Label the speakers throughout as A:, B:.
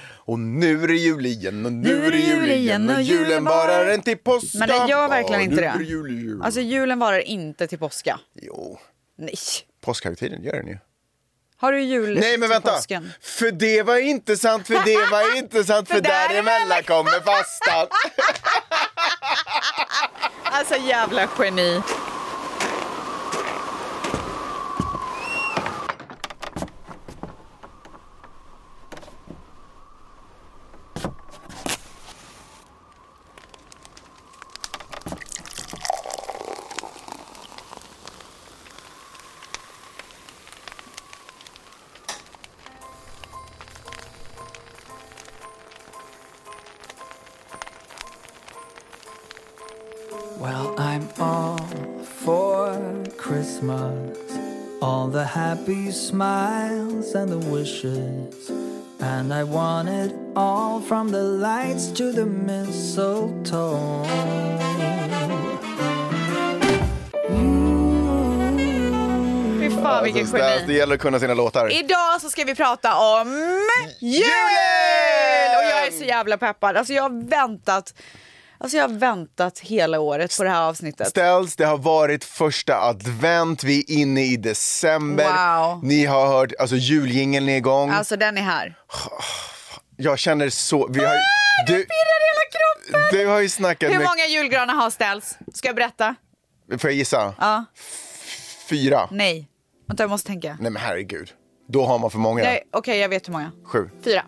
A: Och nu är det jul igen och nu är det jul igen och julen varar en till påska.
B: Men den gör verkligen
A: Ja,
B: inte
A: nu
B: det.
A: är jul, jul.
B: Alltså julen varar inte till påska.
A: Jo,
B: Nej.
A: påskhögtiden gör den ju.
B: Har du jul
A: Nej men
B: till
A: vänta!
B: påsken?
A: För det var inte sant, för det var inte sant, för
B: För däremellan-
A: däremellan kommer fastan.
B: Alltså jävla geni.
C: Well, I'm all for Christmas. All the happy smiles and the wishes. And I want it all from the lights to the mistletoe.
B: Fy fan vilken
A: Alltså, det, det
B: geni.
A: gäller att kunna sina låtar.
B: Idag så ska vi prata om julen! Och jag är så jävla peppad. Alltså jag har väntat. Alltså jag har väntat hela året på det här avsnittet.
A: Ställs, det har varit första advent, vi är inne i december.
B: Wow.
A: Ni har hört, alltså juljingeln är igång.
B: Alltså den är här.
A: Jag känner så, vi har ju-
B: Ah,
A: du,
B: Pirrar hela kroppen!
A: du har ju snackat
B: Hur
A: med,
B: många julgranar har ställts? Ska jag berätta?
A: får jag gissa?
B: Ja.
A: Fyra?
B: Nej. Vänta jag måste tänka.
A: Nej men herregud, då har man för många.
B: Nej, Okej jag vet hur många.
A: Sju.
B: Fyra.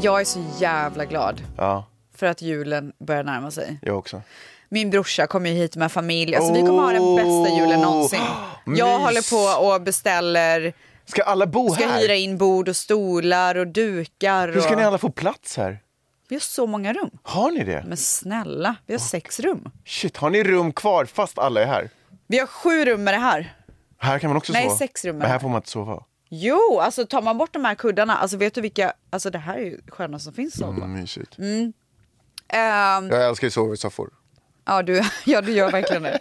B: Jag är så jävla glad
A: Ja,
B: för att julen börjar närma sig.
A: jag också.
B: Min brorsa kommer ju hit med familj. Alltså, Vi kommer ha den bästa julen någonsin.
A: Mys.
B: Jag håller på och beställer,
A: Ska alla bo
B: ska
A: här?
B: hyra in bord och stolar och dukar. Och...
A: Hur ska ni alla få plats här?
B: Vi har så många rum.
A: Har ni det?
B: Men snälla, vi har sex rum.
A: Shit, har ni rum kvar fast alla är här?
B: Vi har sju rum med det här.
A: Här kan man också
B: Nej,
A: sova.
B: sex rum är
A: Men här
B: det.
A: får man inte sova.
B: Jo, alltså tar man bort de här kuddarna, alltså vet du vilka, alltså det här är ju sköna som finns. Mm.
A: Mm, mysigt.
B: Ehm,
A: Jag älskar ju sova i soffor.
B: Ja, du, ja, du gör verkligen det.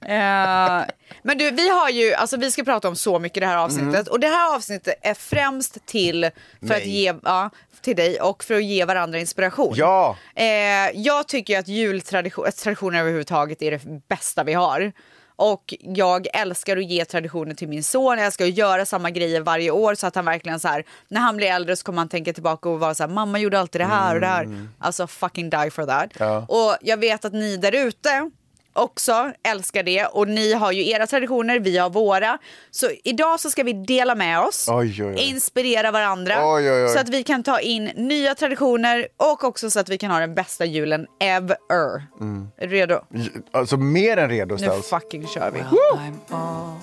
B: Eh, men du, vi har ju, alltså vi ska prata om så mycket i det här avsnittet. Och det här avsnittet är främst till för att
A: Mig.
B: ge, ja, till dig och för att ge varandra inspiration.
A: Ja.
B: Eh, jag tycker ju att jultradition, att traditioner överhuvudtaget är det bästa vi har. Och jag älskar att ge traditioner till min son. Jag älskar att göra samma grejer varje år så att han verkligen så här, när han blir äldre så kommer han tänka tillbaka och vara så här, mamma gjorde alltid det här och det här. Alltså fucking die for that.
A: Mm. Ja.
B: Och jag vet att ni där ute också älskar det och ni har ju era traditioner, vi har våra. Så idag så ska vi dela med oss,
A: Oj, oj, oj.
B: inspirera varandra
A: Oj, oj, oj.
B: så att vi kan ta in nya traditioner och också så att vi kan ha den bästa julen ever.
A: Mm.
B: Är du redo?
A: Alltså mer än redo
B: Nu
A: ställs.
B: fucking kör vi.
C: Well, I'm all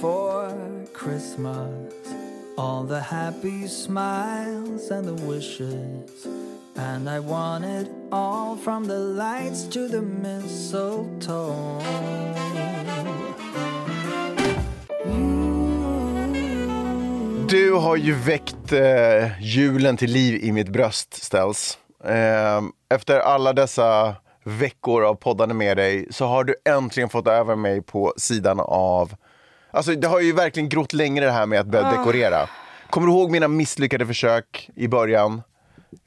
C: for Christmas. All the happy smiles and the wishes. And I want it all from the lights to the mistletoe.
A: Du har ju väckt eh, julen till liv i mitt bröst ställs. Eh, efter alla dessa veckor av poddande med dig så har du äntligen fått över mig på sidan av... Alltså det har ju verkligen grott längre det här med att börja
B: Ah.
A: dekorera. Kommer du ihåg mina misslyckade försök i början?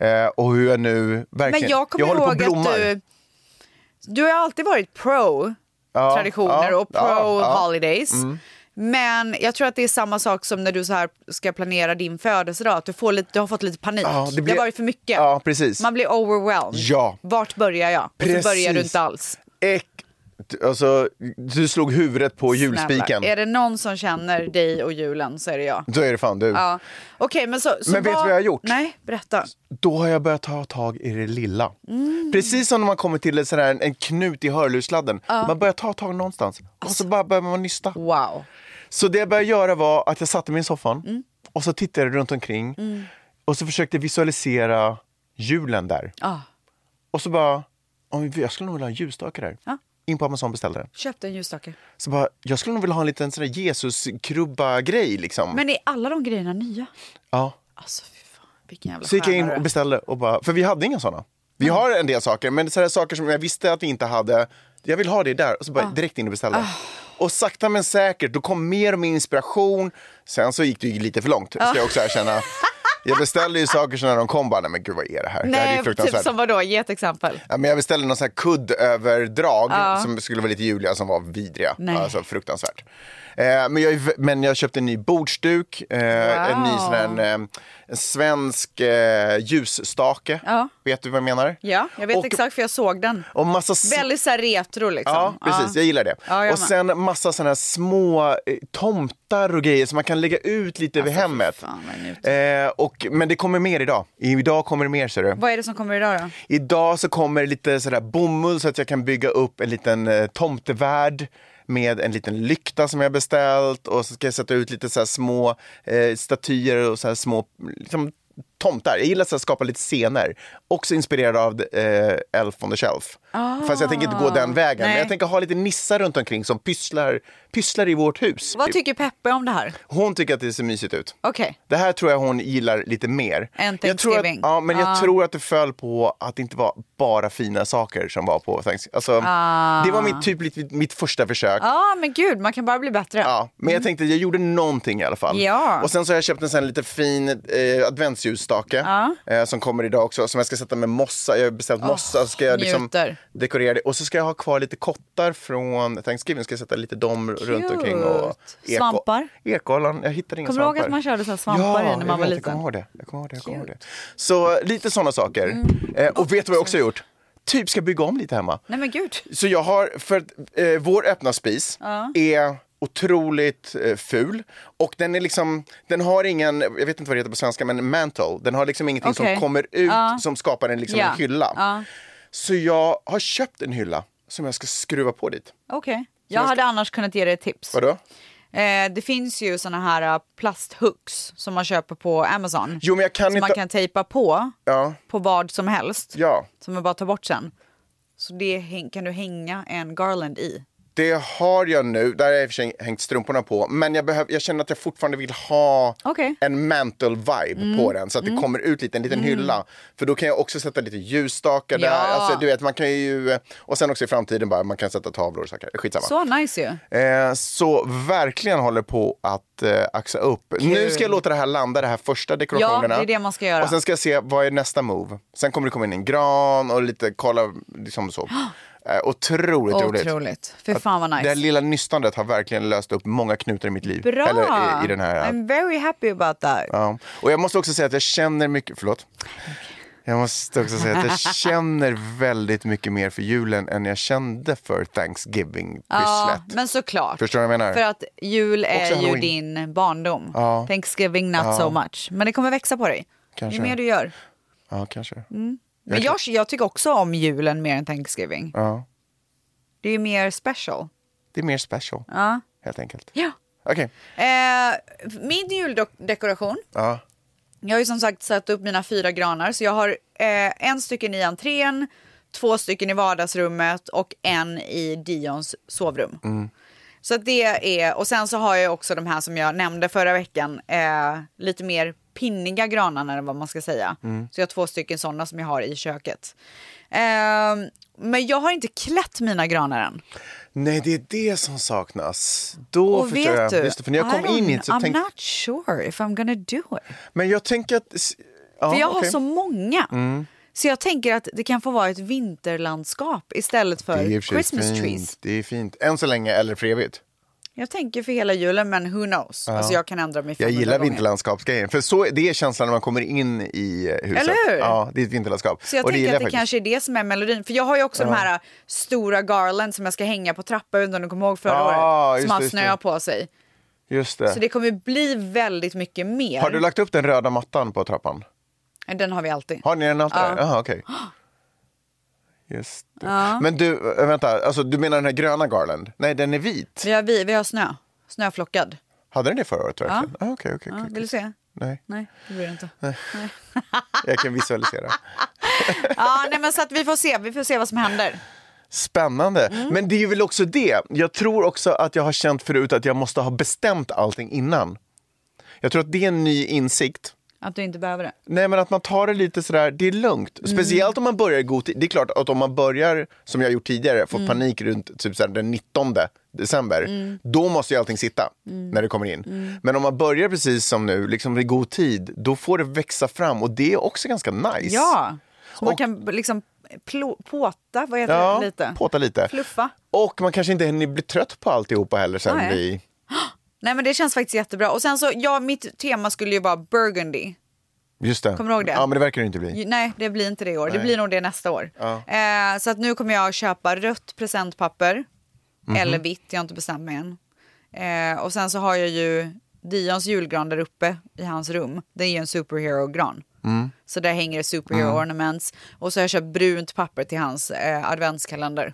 A: Eh, och hur jag nu verkligen...
B: Men jag kommer
A: håller på
B: ihåg att
A: blommar.
B: du, du har alltid varit pro
A: Ja,
B: traditioner
A: ja,
B: och pro
A: ja, ja. Mm.
B: holidays. Men jag tror att det är samma sak som när du så här ska planera din födelsedag, att du, får lite, du har fått lite panik.
A: Ja,
B: det,
A: det blir-
B: har varit för mycket.
A: Ja, precis.
B: Man blir overwhelmed.
A: Ja.
B: Vart börjar jag? Och
A: Precis.
B: så börjar du inte alls.
A: Äck... Alltså, du slog huvudet på julspiken.
B: Snälla. Är det någon som känner dig och julen så är det jag.
A: Då är det fan du.
B: Ja. Okej, men så, så
A: Men vet du vad jag har gjort?
B: Nej, berätta.
A: då har jag börjat ta tag i det lilla.
B: Mm.
A: Precis som när man kommer till en, sån här, en knut i hörlursladden. Man börjar ta tag någonstans och
B: Alltså-
A: så bara börjar man nysta.
B: Wow.
A: Så det jag började göra var att jag satte mig i soffan
B: Mm.
A: och så tittade jag runt omkring och så försökte visualisera julen där.
B: Ah,
A: Och så bara, "Oj, jag skulle nog vilja ha en ljusstake där.
B: Ja.
A: In på Amazon beställde den.
B: köpte en ljusstake.
A: Så bara, jag skulle nog vilja ha en liten sån där Jesus-krubba-grej liksom.
B: Men är alla de grejerna nya?
A: Ja.
B: Alltså fy fan, vilken jävla Mm.
A: Så gick jag in
B: stjärna
A: och
B: du är.
A: beställde, och bara, för vi hade inga såna. Vi har
B: Ah.
A: en del saker, men så här saker som jag visste att vi inte hade. Jag vill ha det där. Och så bara direkt in och beställde. Och sakta men säkert, då kom mer och mer inspiration. Sen så gick det ju lite för långt, ska jag också erkänna. Jag beställde ju saker så när de kom bara, nej men gud vad är det här? det här är ju
B: Nej, typ
A: fruktansvärt.
B: som vadå? Ge ett exempel.
A: Ja, men jag beställde någon sån här kuddöverdrag som skulle vara lite juliga som var vidriga.
B: Nej.
A: Alltså fruktansvärt. Eh, men, jag, är vä- men jag köpte en ny bordsduk, eh, en ny
B: Wow.
A: sån här, eh, en svensk eh, ljusstake.
B: Ja.
A: Vet du vad jag menar?
B: Ja, jag vet
A: och,
B: exakt för jag såg den.
A: Och massa s-
B: Väldigt så här retro liksom.
A: Ja, precis. Jag gillar det.
B: Ja, jag
A: och
B: med.
A: sen massa såna här små eh, tomtar och grejer som man kan lägga ut lite över
B: Alltså, fy
A: hemmet.
B: fan, vad
A: eh, och, men det kommer mer idag. Idag kommer det mer, ser du.
B: Vad är det som kommer idag då?
A: Idag så kommer lite sådär bomull så att jag kan bygga upp en liten eh, tomtevärld med en liten lykta som jag beställt och så ska jag sätta ut lite så här små eh, statyer och så här små liksom, tomtar. Jag gillar så här att skapa lite scener. Också inspirerad av eh, Elf on the Shelf. Fast jag tänker inte gå den vägen. Men
B: Ah. Nej.
A: jag tänker ha lite nissar runt omkring som pysslar, pysslar i vårt hus. typ.
B: Vad tycker Peppe om det här?
A: Hon tycker att det ser mysigt ut.
B: Okej.
A: Det här tror jag hon gillar lite mer.
B: Än
A: jag tror att,
B: Thanksgiving.
A: ja, men jag
B: Ah.
A: tror att det föll på att det inte var bara fina saker som var på Thanksgiving. Alltså,
B: Ah.
A: Det var mitt, typ, lite- mitt första försök.
B: Ja, men gud, man kan bara bli bättre.
A: Ja, men jag tänkte att jag gjorde någonting i alla fall.
B: Ja.
A: Och sen så har jag köpt en sån här lite fin eh, adventsljusstake
B: Ja.
A: eh, som kommer idag också som jag ska sätta med mossa. Jag har beställt mossa. Så ska jag liksom
B: njuter.
A: dekorera det. Och så ska jag ha kvar lite kottar från Thanksgiving. Ska jag sätta lite dem runt omkring. Och
B: Cute. Svampar?
A: Ekollon. Jag hittade inga
B: Kommer du
A: svampar.
B: ihåg att man körde så här svampar
A: ja,
B: i när
A: jag
B: man var
A: vet, Jag kommer
B: liten?
A: ihåg det. Jag kommer ihåg det. Jag kommer ihåg det. Så lite såna saker.
B: Mm.
A: Eh, och vet du vad jag också har gjort? Typ ska bygga om lite hemma.
B: Nej men gud.
A: Så jag har, för att eh, vår öppna spis är otroligt eh, ful och den är liksom, den har ingen, jag vet inte vad det heter på svenska, men mantle. Den har liksom ingenting
B: Okej.
A: som kommer ut
B: Ja.
A: som skapar en, liksom,
B: Ja.
A: en hylla.
B: Ja.
A: Så jag har köpt en hylla som jag ska skruva på dit.
B: Okej. Jag hade annars kunnat ge dig ett tips.
A: Vadå?
B: Eh, det finns ju såna här eh, plasthooks som man köper på Amazon.
A: Jo men jag kan
B: som man
A: inte...
B: kan tejpa på,
A: Ja,
B: på vad som helst.
A: ja.
B: Som man bara tar bort sen. Så det häng- kan du hänga en garland i.
A: Det har jag nu, där har jag i och för sig hängt strumporna på. Men jag, behöv, jag känner att jag fortfarande vill ha
B: Okej. Mm.
A: en mantle vibe på den. Så att det kommer ut lite, en liten hylla. För då kan jag också sätta lite ljusstakar
B: Ja.
A: där. Alltså, du vet, man kan ju, och sen också i framtiden bara, man kan sätta tavlor och saker. Skitsamma. Så,
B: Så nice ju.
A: eh, så verkligen håller på att eh, axa upp. Nu ska jag låta det här landa, det här första dekorationerna.
B: Ja, det är det man ska göra.
A: Och sen ska jag se, vad är nästa move? Sen kommer det komma in en gran och lite, kolla, liksom så. Eh, otroligt roligt.
B: Otroligt. Fy fan vad
A: Det här
B: nice.
A: lilla nystanet har verkligen löst upp många knutar i mitt liv.
B: Bra!
A: Eller i, i den här.
B: I'm very happy about that.
A: Ja. Och jag måste också säga att jag känner mycket, förlåt. Jag måste också säga att jag känner väldigt mycket mer för julen än jag kände för
B: Ja,
A: Thanksgiving-pysslet.
B: men såklart.
A: Förstår du vad jag menar?
B: För att jul är ju
A: halloween.
B: din barndom.
A: Ja.
B: Thanksgiving not so much. Men det kommer växa på dig.
A: Kanske.
B: Ju mer du gör.
A: Ja, kanske.
B: Mm. Men jag, jag tycker också om julen mer än Thanksgiving.
A: Ja.
B: Det är ju mer special.
A: Det är mer special,
B: Ja.
A: helt enkelt.
B: ja.
A: Okej.
B: Eh, min juldekoration.
A: Ja.
B: Jag har ju som sagt satt upp mina fyra granar. Så jag har eh, en stycken i entrén, två stycken i vardagsrummet och en i Dions sovrum. Så att det är, och sen så har jag också de här som jag nämnde förra veckan, eh, lite mer pinniga granarna eller vad man ska säga. Så jag har två stycken sådana som jag har i köket. Eh, men jag har inte klätt mina granar än.
A: Nej, det är det som saknas. Då
B: Och
A: förstår
B: vet
A: jag.
B: du,
A: Just det, för när jag kom
B: I
A: in
B: don't-
A: hit så
B: I'm
A: tänkte...
B: not sure if I'm gonna do it.
A: Men jag tänker att... Ja,
B: För jag har
A: okej. Mm.
B: så många. Så jag tänker att det kan få vara ett vinterlandskap istället
A: Det är i
B: för
A: och för sig
B: Christmas
A: fint.
B: trees.
A: Det är fint. Än så länge eller för evigt.
B: Jag tänker för hela julen men who knows. Alltså jag kan ändra mig
A: Jag
B: 500
A: gillar
B: gånger.
A: vinterlandskapsgrejen. För så, det är känslan när man kommer in i eh, huset.
B: Eller hur?
A: Ja, det är ett vinterlandskap.
B: Så jag
A: Och
B: tänker
A: gillar
B: att det kanske är det som är melodin. För jag har ju också de här ä, stora garland som jag ska hänga på trappan, utan du kommer ihåg förra
A: Ah,
B: året,
A: just
B: som har
A: det, just
B: snö
A: det.
B: på sig.
A: Just det.
B: Så det kommer bli väldigt mycket mer.
A: Har du lagt upp den röda mattan på trappan?
B: Den har vi alltid.
A: Har ni den alltid?
B: Ja.
A: Jaha, okej. Just det. Men du, eh, vänta. Alltså, du menar den här gröna garland? Nej, den är vit.
B: Vi har, vi, vi har snö, snöflockad.
A: Hade den det förra året verkligen? Ah, okej, okej,
B: Ja,
A: okej,
B: vill du se?
A: Nej,
B: Nej, det blir det inte.
A: jag kan visualisera.
B: Ja, nej, men så att vi får se, vi får se vad som händer.
A: Spännande. Men det är ju väl också det. Jag tror också att jag har känt förut att jag måste ha bestämt allting innan. Jag tror att det är en ny insikt.
B: Att du inte behöver det.
A: Nej, men att man tar det lite sådär, det är lugnt. Speciellt om man börjar i god tid. Det är klart att om man börjar, som jag gjort tidigare, fått panik runt typ såhär, den 19 december, då måste ju allting sitta när det kommer in. Men om man börjar precis som nu, liksom i god tid, då får det växa fram och det är också ganska nice.
B: Ja, så man
A: Och-
B: kan liksom plo- påta, vad heter
A: Ja,
B: det? Lite.
A: påta lite.
B: Fluffa.
A: Och man kanske inte hinner bli trött på alltihopa heller sen
B: Nej.
A: vi...
B: Nej men det känns faktiskt jättebra. Och sen så, ja mitt tema skulle ju vara burgundy.
A: Just det.
B: Kommer du ihåg det?
A: Ja, men det verkar det inte bli.
B: Ju- Nej, det blir inte det i år. Det
A: Nej.
B: blir nog det nästa år.
A: Ja.
B: Eh, så att nu kommer jag köpa rött presentpapper.
A: Mhm.
B: Eller vitt, jag har inte bestämt mig än. Eh, och sen så har jag ju Dions julgran där uppe i hans rum. Det är ju en superhero-gran.
A: Mm.
B: Så där hänger det superhero ornaments. Och så har jag köpt brunt papper till hans eh, adventskalender.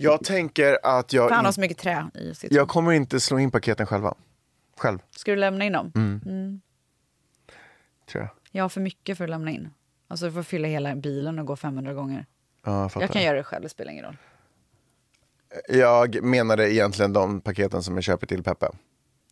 A: Jag tänker att
B: För han
A: jag,
B: har så mycket trä i sitt
A: jag kommer inte slå in paketen själva. Själv,
B: Ska du lämna in dem?
A: Mm.
B: Mm.
A: tror jag.
B: Jag har för mycket för att lämna in. Alltså du får fylla hela bilen och gå 500 gånger.
A: Ja, jag, fattar.
B: Jag kan göra det själv, det spelar ingen roll.
A: jag menade egentligen de paketen som jag köper till Peppe.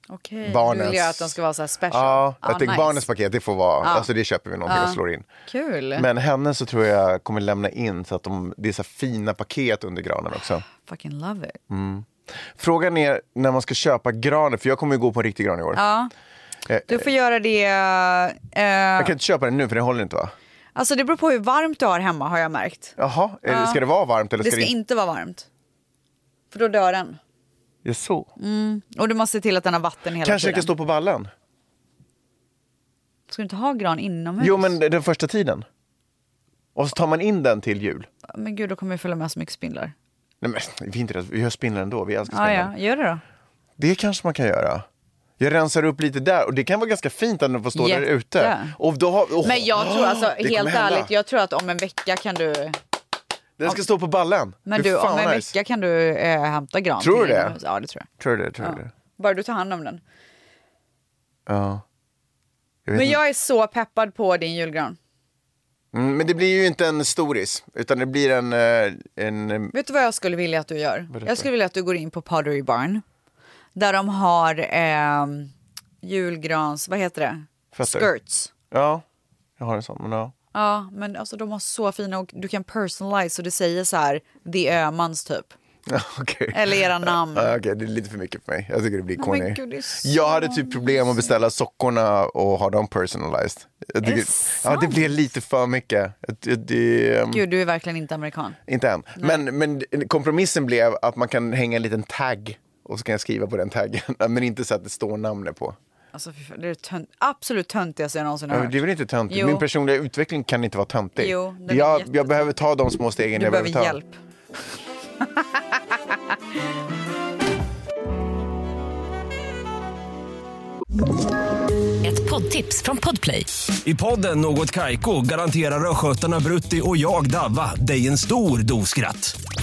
B: Okej, du
A: Barnens.
B: vill göra att de ska vara så här special.
A: Ja, jag
B: Ah,
A: tänker barnens paket, det får vara,
B: Ja.
A: alltså det köper vi någonting
B: Ja.
A: och slår in.
B: Kul.
A: Men henne så tror jag kommer lämna in så att de, det är så här fina paket under granen också.
B: Fucking love it.
A: Mm. Frågan är när man ska köpa granen, för jag kommer ju gå på en riktig gran i år.
B: Ja,
A: Eh,
B: du får göra det... Eh,
A: Jag kan inte köpa den nu för den håller inte va?
B: Alltså det beror på hur varmt du har hemma har jag märkt.
A: Jaha, eller ska det vara varmt eller
B: Det
A: ska
B: ska inte vara varmt. För då dör den. Mm.
A: Ja, så.
B: Och du måste se till att den har vatten hela
A: Kanske den
B: tiden.
A: kan stå på ballen?
B: Ska du inte ha gran inomhus?
A: Jo men den första tiden. Och så tar man in den till jul.
B: Men gud, då kommer jag följa med så mycket spindlar.
A: Nej men vi, är inte, rädda. vi har spindlar ändå, vi älskar
B: Ja,
A: spindlar.
B: ja, gör det då.
A: Det kanske man kan göra. Jag rensar upp lite där och det kan vara ganska fint att den får stå där
B: Jätte.
A: ute. Och då har, åh,
B: Men jag tror alltså,
A: det kommer
B: helt
A: hända.
B: ärligt, jag tror att om en vecka kan du...
A: Den ska stå på ballen.
B: Men
A: Fy
B: du,
A: fan
B: om en
A: vad
B: vecka kan du eh, hämta gran.
A: Tror du
B: till
A: det?
B: inomhus. Ja, det tror jag.
A: Tror du det? Tror du det?
B: Bara du tar hand om den.
A: Ja. Jag vet
B: Men
A: inte.
B: jag är så peppad på din julgran.
A: Mm, men det blir ju inte en storis, utan det blir en... eh, en eh,
B: Vet du vad jag skulle vilja att du gör?
A: Berätta.
B: Jag skulle vilja att du går in på Pottery Barn. Där de har ehm, julgrans, vad heter det?
A: Fötter.
B: Skirts.
A: ja, jag har en sån. Men ja.
B: Ja, men alltså de har så fina och du kan personalize så det säger så här, The Ömans typ.
A: Ja, Okej,
B: Eller era namn.
A: Ja, okej, det är lite för mycket för mig. Jag tycker det blir
B: Nej,
A: corny.
B: men gud, det är så
A: jag hade typ problem att beställa sockorna och ha dem personalized. Jag
B: det
A: tycker- ja,
B: sant?
A: det blev lite för mycket. Det, det, ehm,
B: Gud, du är verkligen inte amerikan.
A: Inte än. Men, men kompromissen blev att man kan hänga en liten tagg och så kan jag skriva på den taggen. Men inte så att det står namnet på.
B: Alltså, fy fan, det är det tönt- absolut töntigaste jag någonsin har
A: Ja, men
B: hört.
A: Det är väl inte töntigt?
B: Jo.
A: Min personliga utveckling kan inte vara töntig.
B: Jo, den är
A: jag, jag
B: jättetöntig.
A: behöver ta de små stegen
B: Du
A: jag
B: behöver
A: behöver ta.
B: hjälp.
D: Ett poddtips från Podplay.
E: I podden Något Kaiko garanterar östgötarna Brutti och jag, Davva, dig en stor dos skratt.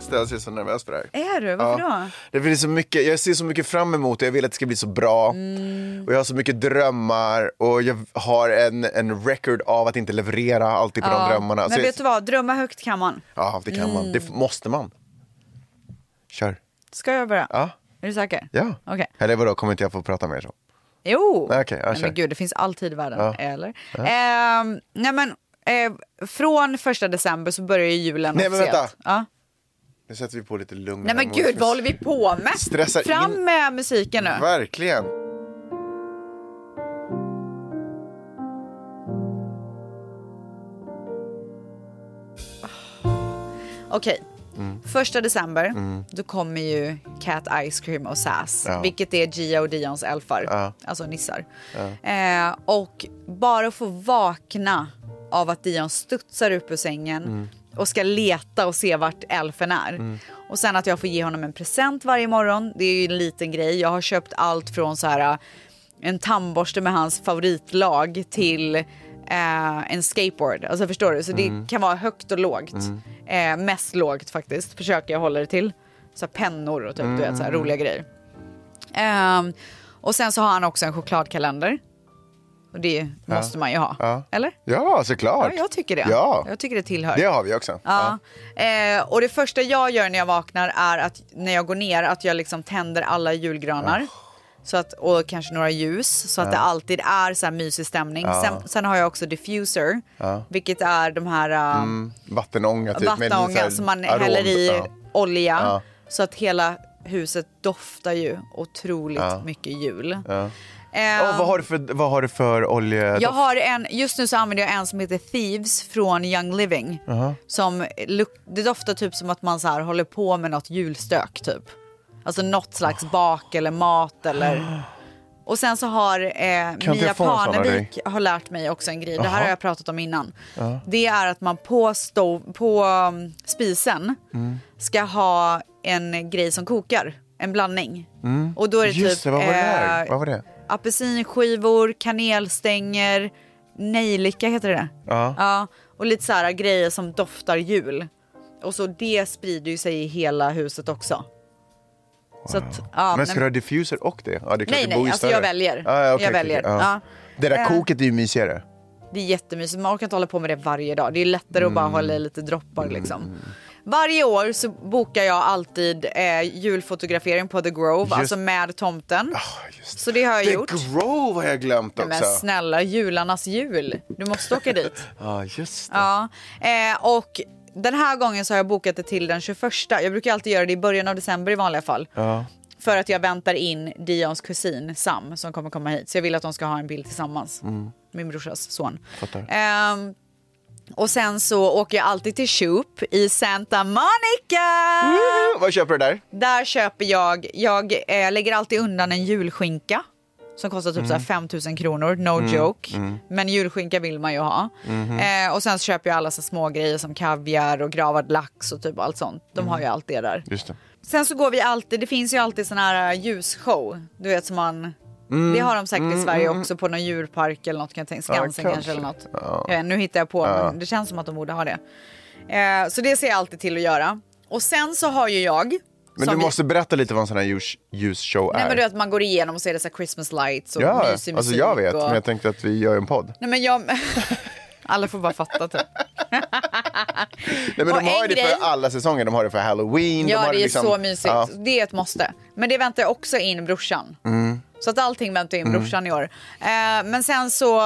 A: Ställs jag är så nervös för det här.
B: Är du? Varför då?
A: Det finns så mycket, jag ser så mycket fram emot det, jag vill att det ska bli så bra.
B: Mm.
A: Och jag har så mycket drömmar och jag har en, en record av att inte leverera alltid på de drömmarna.
B: Men
A: Så jag-
B: vet Mm. du vad, drömma högt kan man.
A: Ja, det kan man. Det f- måste man. Kör.
B: Ska jag börja?
A: Ja.
B: Är du säker?
A: Ja.
B: Okej.
A: Eller vadå, kommer inte jag få prata mer så?
B: Jo!
A: Nej, okej, ja,
B: nej,
A: kör.
B: men gud, det finns alltid i världen.
A: Ja.
B: Eller? Ehm, nej, men, eh, från första december så börjar ju julen
A: Nej, men
B: officiellt.
A: vänta.
B: Ja.
A: Nu sätter vi på lite lugn.
B: Nej
A: här
B: men
A: mot-
B: gud, vad håller vi på med?
A: Stressar
B: Fram
A: in-
B: med musiken nu.
A: Verkligen.
B: Okej.
A: Mm.
B: Första december, då kommer ju Cat Ice Cream och SAS,
A: Ja.
B: vilket är Gia och Dions elfar,
A: Ja.
B: alltså nissar. Eh, och bara att få vakna av att Dion studsar upp ur sängen och ska leta och se vart elfen är. Och sen att jag får ge honom en present varje morgon, det är ju en liten grej. Jag har köpt allt från så här eh, en tandborste med hans favoritlag till eh, en skateboard. Alltså förstår du? Så det kan vara högt och lågt. Eh, mest lågt faktiskt, försöker jag hålla det till. så här pennor och typ, du vet, så här, roliga grejer. Ehm, och sen så har han också en chokladkalender. Och det måste man ju ha.
A: Ja.
B: Eller?
A: Ja, såklart.
B: Ja, jag tycker det.
A: Ja,
B: Jag tycker det tillhör.
A: det har vi också.
B: Ja. Eh, och det första jag gör när jag vaknar är att när jag går ner att jag liksom tänder alla julgranar. Så att, och kanske några ljus så att det alltid är så här mysig stämning. Sen, sen har jag också diffuser, vilket är de här eh,
A: Mm, Vattenånga typ. med lite så här
B: vattenångan som man
A: arom.
B: häller i
A: Ja.
B: olja.
A: Ja.
B: Så att hela huset doftar ju otroligt mycket jul. Eh,
A: Ja, vad, har du för, vad har du för olje?
B: jag har en, just nu så använder jag en som heter Thieves från Young Living. Som luk, det doftar typ som att man så här håller på med något julstök typ. Alltså något slags bak eller mat eller... Och sen så har eh,
A: Kan inte
B: Mia
A: jag få en sån av
B: Parnevik har lärt mig också en grej. Det här
A: Jaha.
B: har jag pratat om innan. Det är att man på, stov, på um, spisen
A: Mm.
B: ska ha en grej som kokar. En blandning. Och då är det
A: Mm. Just
B: typ
A: det, vad var det där?
B: eh,
A: Vad var det?
B: apelsinskivor, kanelstänger, nejlika heter det
A: Ja.
B: ja. Och lite så här grejer som doftar jul. Och så det sprider ju sig i hela huset också. Så att, ja,
A: men ska du
B: nej,
A: ha diffuser och det? Ja, det är klart,
B: Nej,
A: du
B: nej,
A: bor ju
B: alltså
A: större.
B: jag väljer.
A: Ja, ja, okej,
B: Jag
A: okej,
B: väljer,
A: okej,
B: ja.
A: Det där
B: Eh.
A: koket är ju mysigare.
B: Det är jättemysigt, man orkar inte hålla på med det varje dag. Det är lättare att bara
A: Mm.
B: hålla i lite droppar liksom. Varje år så bokar jag alltid eh, julfotografering på The Grove,
A: Just-
B: alltså med tomten.
A: Ja, Ah, just
B: Så det har jag
A: The
B: gjort.
A: Grove har jag glömt också.
B: Men snälla, jularnas jul. Du måste åka dit.
A: Ja, Ah, just det.
B: Ja, eh, och den här gången så har jag bokat det till den 21. Jag brukar alltid göra det i början av december i vanliga fall.
A: Ja.
B: För att jag väntar in Dions kusin Sam som kommer komma hit. Så jag vill att de ska ha en bild tillsammans. Min brorsas son.
A: Fattar.
B: Ehm, och sen så åker jag alltid till Shoop i Santa Monica.
A: Woho! Vad köper du där?
B: Där köper jag, jag eh, lägger alltid undan en julskinka som kostar typ
A: Mm.
B: så här 5 000 kronor, no joke. Men julskinka vill man ju ha.
A: Mhm.
B: Eh, och sen så köper jag alla så här små grejer som kaviar och gravad lax och typ allt sånt. De
A: Mm.
B: har ju allt det där.
A: Just det.
B: Sen så går vi alltid, det finns ju alltid sån här eh, ljusshow. Du vet som man,
A: Mm.
B: det har de säkert i Sverige också på någon djurpark eller något kan jag tänka Skansen kanske
A: kanske.
B: eller något. Eh, Nu hittar jag på men det känns som att de borde ha det. Eh, så det ser jag alltid till att göra. Och sen så har ju jag
A: Men
B: som
A: du
B: vi-
A: måste berätta lite vad en sån här ljus, ljusshow är.
B: Nej men du vet man går igenom och så är det så här Christmas lights och
A: ja,
B: mysig musik.
A: alltså jag vet,
B: och...
A: men jag tänkte att vi gör en podd.
B: Nej men jag... Alla får bara fatta typ.
A: Nej, men
B: Och
A: de har
B: en
A: ju det
B: grej-
A: för alla säsonger. De har det för halloween. de
B: Ja
A: har
B: det är
A: liksom...
B: så mysigt.
A: Ja.
B: Det är ett måste. Men det väntar jag också in brorsan.
A: Mm.
B: Så att allting väntar in brorsan i år. Eh, men sen så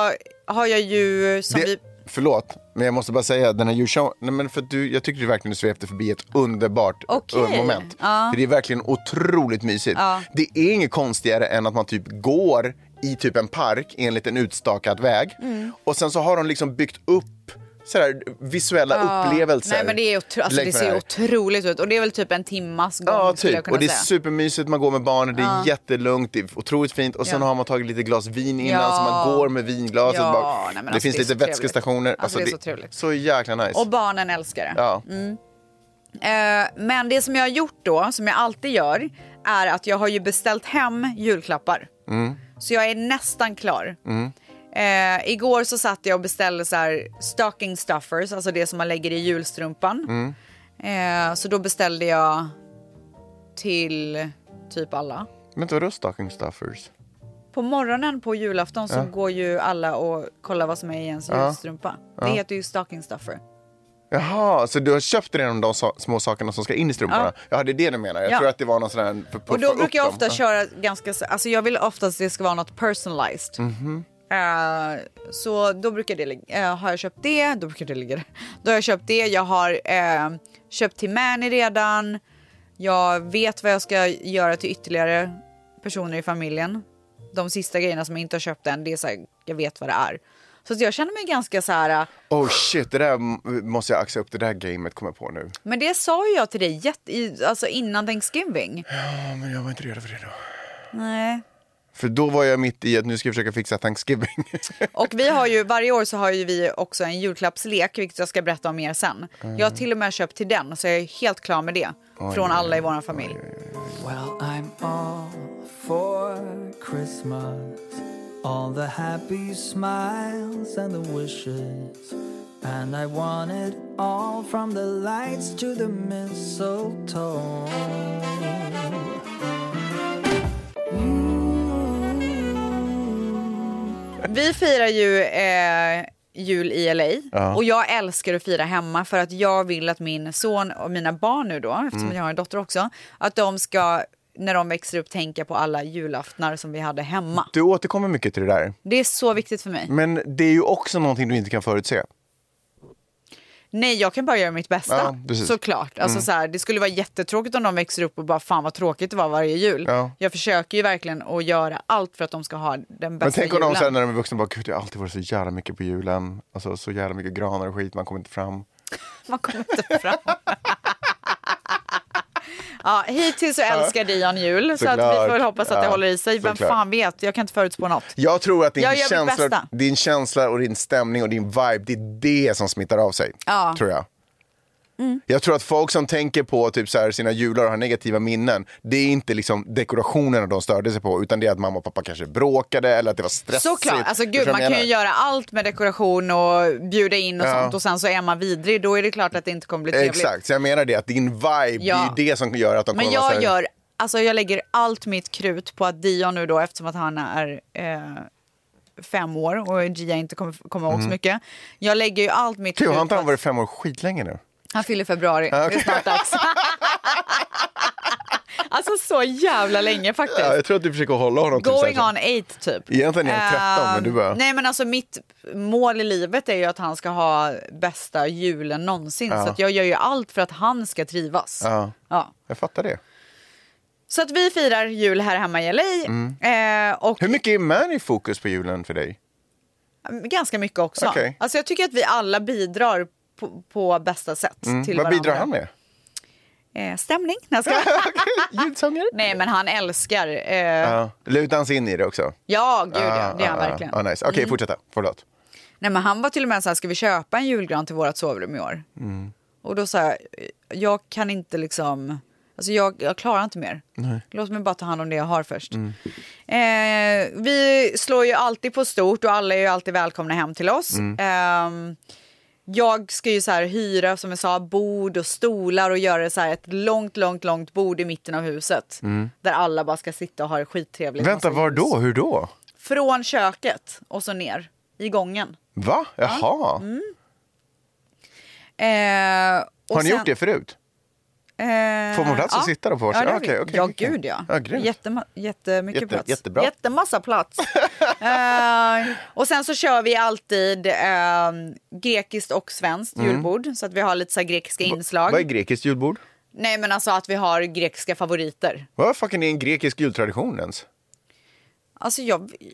B: har jag ju som
A: Det...
B: vi...
A: Förlåt, men jag måste bara säga den här djurshowen. Nej, men för att du, jag tyckte du verkligen du svepte förbi ett underbart
B: Okej.
A: eh, moment.
B: Ja.
A: För det är verkligen otroligt mysigt.
B: Ja.
A: Det är inget konstigare än att man typ går i typ en park enligt en utstakad väg.
B: Mm.
A: Och sen så har de liksom byggt upp sådär, visuella upplevelser.
B: Nej men det, är otro... alltså, det
A: längs med
B: ser
A: här.
B: otroligt ut. Och det är väl typ en timmas gång
A: Ja,
B: skulle jag
A: typ.
B: kunna
A: Och det är
B: säga.
A: supermysigt, man går med barnen, det är jättelugnt, det är otroligt fint. Och sen
B: Ja.
A: har man tagit lite glas vin innan,
B: Ja.
A: så man går med vinglas.
B: Ja,
A: och bara,
B: nej, men
A: det
B: alltså,
A: finns
B: det är
A: lite
B: så trevligt.
A: vätskestationer.
B: Alltså, det är så trevligt.
A: Så jäkla nice.
B: Och Mm. barnen älskar det.
A: ja.
B: Eh, men det som jag har gjort då, som jag alltid gör, är att jag har ju beställt hem julklappar. Så jag är nästan klar. Eh, igår så satt jag och beställde så här stocking stuffers, alltså det som man lägger i julstrumpan. Eh, så då beställde jag till typ alla.
A: Men vadå stocking stuffers?
B: På morgonen på julafton så går ju alla och kollar vad som är i ens julstrumpa. Det heter ju stocking stuffer.
A: Jaha, så du har köpt redan de sa- små sakerna som ska in i strumporna? Ja, det är det du menar. Jag
B: Ja.
A: tror att det var någon sån här... För,
B: Och då
A: för
B: brukar jag
A: upp
B: ofta
A: dem.
B: köra ganska, så- alltså jag vill oftast det ska vara något personalized.
A: Mhm.
B: Eh, så då brukar det, lig- eh, har jag köpt det, då brukar det ligga Då har jag köpt det, jag har eh, köpt till Mani redan, jag vet vad jag ska göra till ytterligare personer i familjen. De sista grejerna som jag inte har köpt än, det är så här, jag vet vad det är. Så att jag känner mig ganska så här, eh,
A: Oh shit, det där m- måste jag axa upp. Det där gamet kommer jag på nu.
B: men det sa ju jag till dig jätte, i- alltså innan Thanksgiving.
A: Ja, men jag var inte redo för det då.
B: Nej.
A: För då var jag mitt i att nu ska jag försöka fixa Thanksgiving.
B: Och vi har ju, varje år så har ju vi också en julklappslek, vilket jag ska berätta om mer sen. Jag har till och med köpt till den, så jag är helt klar med det. från alla i vår familj.
C: Well, I'm all for Christmas. All the happy smiles and the wishes. And I want it all from the lights to the mistletoe.
B: Vi firar ju eh, jul i LA och jag älskar att fira hemma för att jag vill att min son och mina barn nu då, eftersom jag har en dotter också, att de ska när de växer upp tänka på alla julaftnar som vi hade hemma.
A: Du återkommer mycket till det där.
B: Det är så viktigt för mig.
A: Men det är ju också någonting du inte kan förutse.
B: Nej, jag kan bara göra mitt bästa.
A: Ja, precis. Mm.
B: såklart. Alltså, så här, det skulle vara jättetråkigt om de växer upp och bara fan vad tråkigt det var varje jul.
A: Ja.
B: Jag försöker ju verkligen att göra allt för att de ska ha den
A: Men
B: bästa
A: tänk om de
B: julen.
A: sen när de är vuxna bara, gud det har alltid varit så jävla mycket på julen. Alltså så jävla mycket granar och skit, man kommer inte fram.
B: Man kommer inte fram. ja, hittills så älskar Dion jul, så att vi
A: Såklart.
B: får väl hoppas att det
A: Ja,
B: håller i sig. Vem
A: såklart.
B: fan vet, jag kan inte förutspå något.
A: Jag tror att din,
B: Jag gör mitt
A: känsla,
B: bästa.
A: din känsla och din stämning och din vibe, det är det som smittar av sig.
B: Ja. Mm.
A: Tror jag. Jag tror att folk som tänker på typ så här, sina jular och har negativa minnen, det är inte liksom dekorationerna de störde sig på, utan det är att mamma och pappa kanske bråkade eller att det var stressigt.
B: Såklart, alltså
A: Förstår
B: gud
A: du vad
B: man
A: jag
B: kan ju
A: menar?
B: göra allt med dekoration och bjuda in och
A: Ja.
B: sånt och sen så är man vidrig, då är det klart att det inte kommer bli trevligt.
A: Exakt, så jag menar det, att din vibe,
B: Ja.
A: det är ju det som gör att de
B: Men
A: kommer vara så
B: jag
A: här-
B: gör, alltså jag lägger allt mitt krut på att Dion nu då, eftersom att han är eh, fem år och Gia inte kommer komma ihåg så mycket. Jag lägger ju allt mitt
A: Gud,
B: krut
A: har inte Mm.
B: på
A: han
B: att-
A: varit fem år skitlänge nu?
B: Han fyller i februari. Det är snart dags. alltså så jävla länge faktiskt.
A: Ja, jag tror att du försöker hålla honom till
B: Going
A: så här-
B: on eight typ.
A: Egentligen är han 13, men
B: Ehm,
A: du bara-
B: Nej men alltså mitt mål i livet är ju att han ska ha bästa julen någonsin. Så att jag gör ju allt för att han ska trivas.
A: Ja.
B: Ja.
A: Jag fattar det.
B: Så att vi firar jul här hemma i LA.
A: Mm.
B: Eh, och
A: Hur mycket är man i fokus på julen för dig?
B: ganska mycket också.
A: Okej.
B: Alltså jag tycker att vi alla bidrar på, på bästa sätt till
A: Mm. Vad
B: varandra.
A: bidrar han med?
B: Eh, stämning. Nej, jag skojar.
A: Ljudsångare?
B: nej men han älskar eh,
A: Ja. Lutar han sig in i det också?
B: Ja, gud ja. Det är han
A: ah,
B: verkligen. Mm.
A: Ah, nice. Okej, fortsätta. Förlåt.
B: Nej, men han var till och med så här, ska vi köpa en julgran till vårt sovrum i år?
A: Mm.
B: Och då sa jag, jag kan inte liksom, alltså jag, jag klarar inte mer. Låt mig bara ta hand om det jag har först.
A: Mm.
B: Eh, vi slår ju alltid på stort och alla är ju alltid välkomna hem till oss.
A: Mm.
B: Ehm, jag ska ju så här hyra som jag sa bord och stolar och göra så här ett långt, långt, långt bord i mitten av huset. Där alla bara ska sitta och ha det skittrevligt.
A: Mm. Vänta,
B: Massa
A: var
B: ljus.
A: då? Hur då?
B: Från köket och så ner i gången.
A: Va? Jaha.
B: Mm. Eh, och
A: Har ni
B: sen-
A: gjort det förut?
B: Eh,
A: Får man plats att sitta då på varsin? Ah,
B: Ja, det har
A: Okej,
B: vi.
A: okej,
B: ja
A: okej.
B: gud ja.
A: Ja, grymt.
B: Jättema- jättemycket
A: Jätte-
B: plats.
A: jättebra.
B: Jättemassa plats. eh, och sen så kör vi alltid eh, grekiskt och svenskt julbord så att vi har lite så här grekiska inslag.
A: Mm. Vad är grekiskt julbord?
B: Nej men alltså att vi har grekiska favoriter.
A: Vad fucking är en grekisk jultradition ens?
B: Alltså jag v-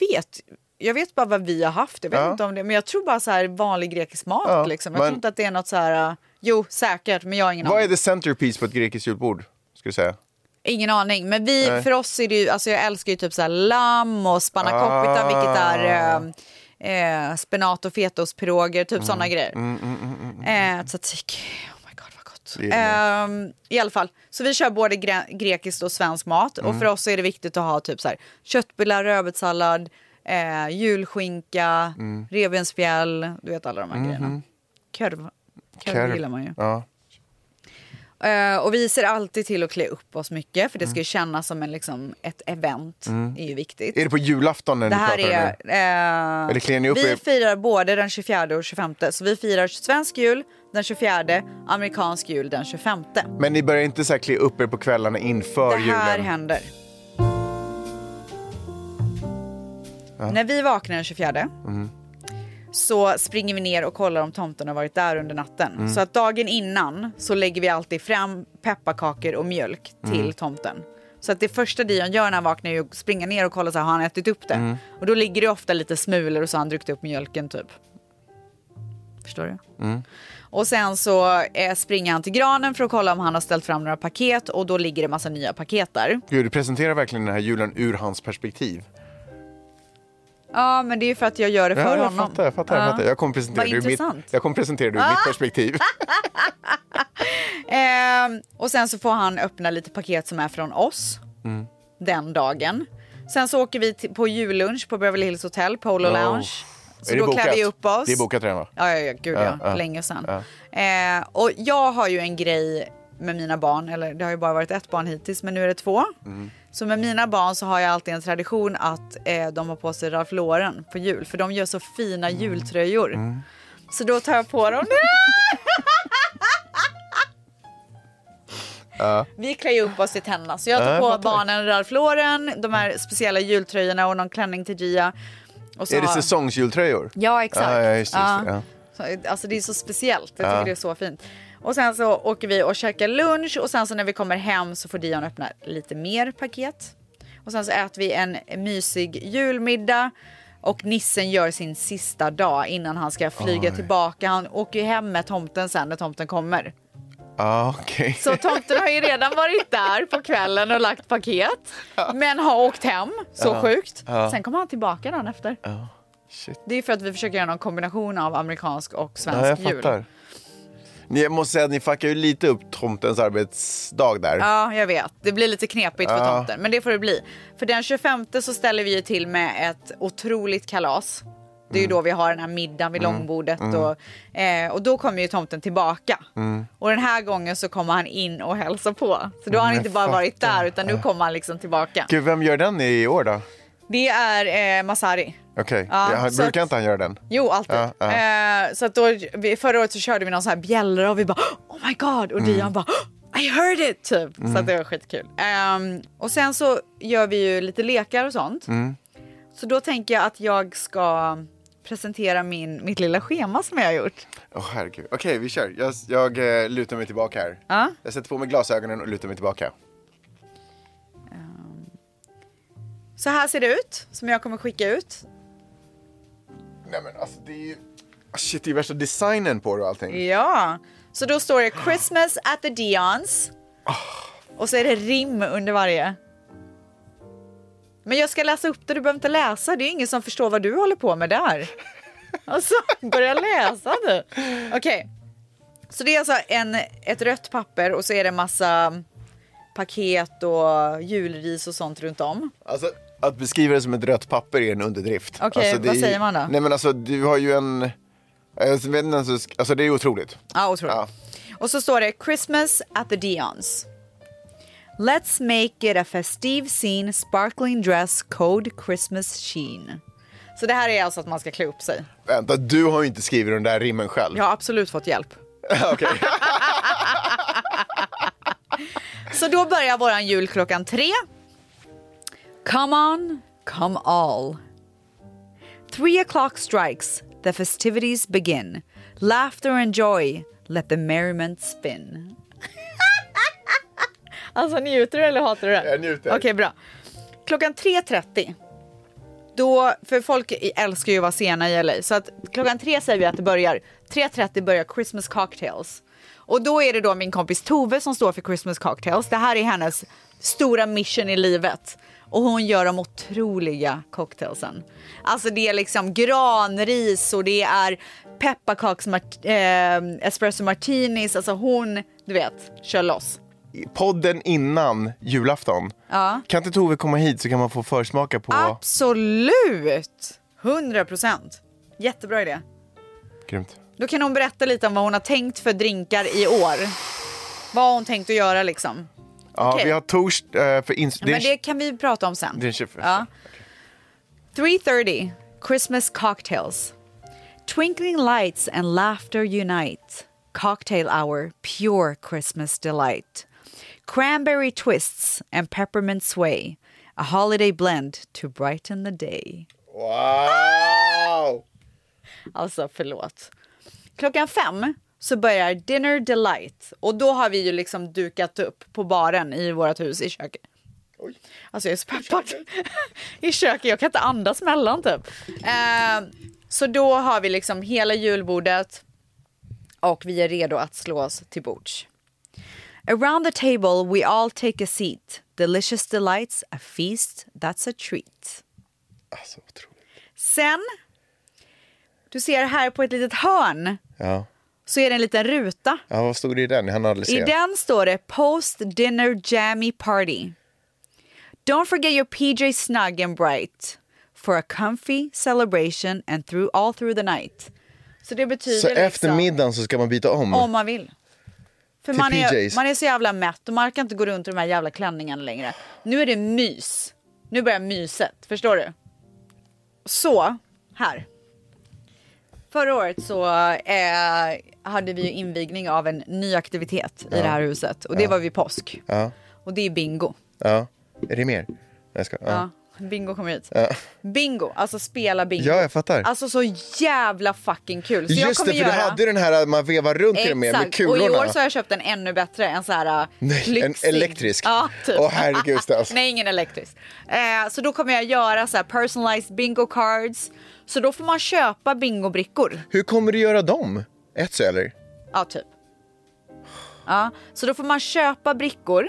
B: vet, jag vet bara vad vi har haft. Jag vet
A: Ja.
B: inte om det, men jag tror bara så här vanlig grekisk mat
A: Ja,
B: liksom. Jag
A: men-
B: tror inte att det är något så här. eh, Jo, säkert, men jag har ingen aning.
A: Vad är the centerpiece på ett grekiskt julbord? Ska du säga?
B: Ingen aning, men vi,
A: Nej.
B: för oss är det ju, alltså jag älskar ju typ så här lamm och spanna copita,
A: Ah.
B: vilket är eh, eh, spenat och fetaostpiroger, typ
A: Mm.
B: sådana grejer. Eh, tzatziki, oh my god vad gott.
A: Det är
B: Ehm, I alla fall, så vi kör både gre- grekiskt och svensk mat
A: Mm.
B: och för oss är det viktigt att ha typ så här köttbullar, rödbetssallad, eh, julskinka,
A: Mm.
B: revbensspjäll, du vet alla de
A: Mm-hmm.
B: här grejerna. Körv, körv,
A: Kerb.
B: gillar man ju.
A: Ja.
B: Eh, och vi ser alltid till att klä upp oss mycket för det ska ju kännas som en, liksom, ett event. är ju viktigt.
A: Mm. Är det på julafton när
B: det
A: ni
B: här
A: pratar om
B: är... eh,
A: Eller klär ni upp
B: vi
A: er-
B: firar både den 24 och 25. Så vi firar svensk jul den 24, amerikansk jul den 25.
A: Men ni börjar inte så här klä upp er på kvällarna inför
B: Det här
A: julen?
B: händer. När vi vaknar den 24
A: Mm.
B: så springer vi ner och kollar om tomten har varit där under natten.
A: Mm.
B: Så att dagen innan så lägger vi alltid fram pepparkakor och mjölk till
A: Mm.
B: tomten. Så att det första Dion gör när han vaknar är att springa ner och kolla så här, har han ätit upp det?
A: Mm.
B: Och då ligger det ofta lite smulor och så har han druckit upp mjölken typ. Förstår du? Och sen så eh, springer han till granen för att kolla om han har ställt fram några paket och då ligger det massa nya paket där.
A: Gud, du presenterar verkligen den här julen ur hans perspektiv.
B: Ja, men det är ju för att jag gör det för
A: Ja, jag
B: honom.
A: fattar, jag fattar. Jag,
B: Ja.
A: fattar. jag kommer presentera
B: Vad
A: det ur mitt,
B: intressant. Ah!
A: jag kommer presentera det ur mitt perspektiv.
B: Ehm, och sen så får han öppna lite paket som är från oss
A: Mm.
B: den dagen. Sen så åker vi till- på jullunch på Beverly Hills Hotel, Polo Lounge. Så då klär vi upp oss.
A: Det är bokat redan va?
B: Ja, ja, ja gud
A: Ja,
B: ja.
A: ja.
B: Länge sedan. Eh, och jag har ju en grej med mina barn, eller det har ju bara varit ett barn hittills, men nu är det två.
A: Mm.
B: Så med mina barn så har jag alltid en tradition att eh, de har på sig Ralph Lauren på jul, för de gör så fina
A: Mm.
B: jultröjor. Så då tar jag på dem. Vi klär ju upp oss i tenna, så jag tar
A: Ja, jag
B: på
A: fattar.
B: barnen Ralph Lauren, de här speciella jultröjorna och någon klänning till Gia. Och så
A: Är det
B: har-
A: säsongsjultröjor?
B: Ja, exakt.
A: Ja, ja, just det, just det,
B: Ja.
A: ja.
B: Så, Alltså det är så speciellt. Jag
A: Ja.
B: tycker det är så fint. Och sen så åker vi och käkar lunch och sen så när vi kommer hem så får Dion öppna lite mer paket. Och sen så äter vi en mysig julmiddag och nissen gör sin sista dag innan han ska flyga tillbaka. Han åker ju hem med tomten sen när tomten kommer.
A: Ah, okej.
B: Så tomten har ju redan varit där på kvällen och lagt paket. Men har åkt hem. Så sjukt.
A: Ja.
B: Sen kommer han tillbaka dagen efter.
A: Shit.
B: Det är för att vi försöker göra någon kombination av amerikansk och svensk
A: Ja, jag
B: jul.
A: fattar. Ni, jag måste säga att ni fuckar ju lite upp tomtens arbetsdag där.
B: Ja, jag vet. Det blir lite knepigt för
A: Ja.
B: tomten, men det får det bli. För den 25 så ställer vi ju till med ett otroligt kalas. Det är
A: Mm.
B: ju då vi har den här middagen vid långbordet Och, eh, och då kommer ju tomten tillbaka.
A: Mm.
B: Och den här gången så kommer han in och hälsar på. Så då har han
A: jag
B: inte bara varit
A: fattar.
B: där utan nu kommer han liksom tillbaka.
A: Gud, vem gör den i år då?
B: Det är eh, Masari.
A: Okej,
B: Ja,
A: Jag-
B: så
A: brukar
B: att-
A: inte han göra den?
B: Jo, alltid.
A: Ja, ja.
B: Eh, så att då, vi, förra året så körde vi någon sån här bjällra och vi bara oh my god
A: Mm.
B: och Dion bara "Oh, I heard it typ. Så att det var skitkul. Ehm, och sen så gör vi ju lite lekar och sånt.
A: Mm.
B: Så då tänker jag att jag ska presentera min, mitt lilla schema som jag har gjort.
A: Åh herregud. Okej, vi kör. Jag, jag eh, lutar mig tillbaka här.
B: Ja.
A: Jag sätter på mig glasögonen och lutar mig tillbaka.
B: Så här ser det ut som jag kommer skicka ut.
A: Nej men alltså det är ju... Ah, Shit, det är ju värsta designen på det och allting.
B: Ja, så då står det Christmas at the Dions. Och så är det rim under varje. Men jag ska läsa upp det, du behöver inte läsa. Det är ingen som förstår vad du håller på med där. Och så börjar jag läsa du. Okej, så det är alltså en, ett rött papper och så är det massa paket och julris och sånt runt om.
A: Alltså, att beskriva det som ett rött papper är en underdrift.
B: Okej,
A: alltså, det
B: vad
A: är-
B: säger man då?
A: Nej men alltså du har ju en... Jag vet inte ens hur jag ska- Alltså det är otroligt.
B: Ja, otroligt.
A: Ja.
B: Och så står det Christmas at the Dion's. Let's make it a festive scene, sparkling dress, code Christmas sheen. Så det här är alltså att man ska klä upp sig.
A: Vänta, du har ju inte skrivit den där rimmen själv.
B: Jag har absolut fått hjälp.
A: Okej.
B: Så då börjar våran jul klockan tre. Come on, come all. Three o'clock strikes, the festivities begin. Laughter and joy, let the merriment spin. alltså njuter du eller hatar du det?
A: Jag njuter.
B: Okej, bra. Klockan 3.30. Då, för folk i- älskar ju att vara sena i LA, så att klockan tre säger vi att det börjar. 3.30 börjar Christmas cocktails. Och då är det då min kompis Tove som står för Christmas cocktails. Det här är hennes stora mission i livet. Och hon gör de otroliga cocktailsen. Alltså det är liksom granris och det är pepparkaks mart- eh, espresso martinis. Alltså hon, du vet, kör loss.
A: Podden innan julafton.
B: Ja.
A: Kan inte Tove komma hit så kan man få försmaka på...
B: Absolut! 100 procent. Jättebra idé.
A: Grymt.
B: Då kan hon berätta lite om vad hon har tänkt för drinkar i år. Vad har hon tänkt att göra liksom?
A: Ja,
B: Okej.
A: vi har torsdag för... Ins-
B: Men det kan vi prata om sen.
A: Det är 21.
B: Ja. 3.30 Christmas cocktails. Twinkling lights and laughter unite. Cocktail hour, pure Christmas delight. Cranberry twists and peppermint sway. A holiday blend to brighten the day.
A: Wow!
B: Alltså förlåt. Klockan fem så börjar Dinner Delight och då har vi ju liksom dukat upp på baren i vårt hus i köket. Alltså jag är så peppad. I köket, jag kan inte andas mellan typ. Eh, så då har vi liksom hela julbordet och vi är redo att slå oss till bords. Around the table we all take a seat. Delicious delights, a feast, that's a treat.
A: Alltså, otroligt.
B: Sen, du ser här på ett litet hörn
A: Ja.
B: så är det en liten ruta.
A: ja, vad stod det i den? Han hade
B: I den står det Post Dinner Jammy Party. Don't forget your PJ snug and bright. for a comfy celebration and through all through the night. Så det betyder
A: Så
B: liksom,
A: efter middagen så ska man byta om?
B: om man vill. För
A: Mm. Till
B: man är,
A: PJs.
B: man är så jävla mätt och man kan inte gå runt i de här jävla klänningarna längre. Nu är det mys. Nu börjar myset, förstår du? Så, här. Förra året så eh, hade vi ju invigning av en ny aktivitet i det här huset och det var vid påsk.
A: Ja.
B: Och det är bingo.
A: Ja. Är det mer? Nej, jag ska. Ja.
B: Ja. Bingo kommer hit. Bingo, alltså spela bingo.
A: Ja, jag fattar.
B: Alltså så jävla fucking kul. Så jag
A: Just
B: kommer
A: det, för
B: göra...
A: du hade ju den här man vevar runt i den med, med
B: Exakt, och i
A: kulorna.
B: år så har jag köpt en ännu bättre. En så här äh,
A: Nej, en
B: lyxig.
A: elektrisk.
B: Ja, typ.
A: Åh herregud Stas.
B: Nej, ingen elektrisk. Eh, så då kommer jag göra så här personalized bingo cards. Så då får man köpa bingobrickor.
A: Hur kommer du göra dem? Ett eller?
B: Ja, typ. Ja, så då får man köpa brickor.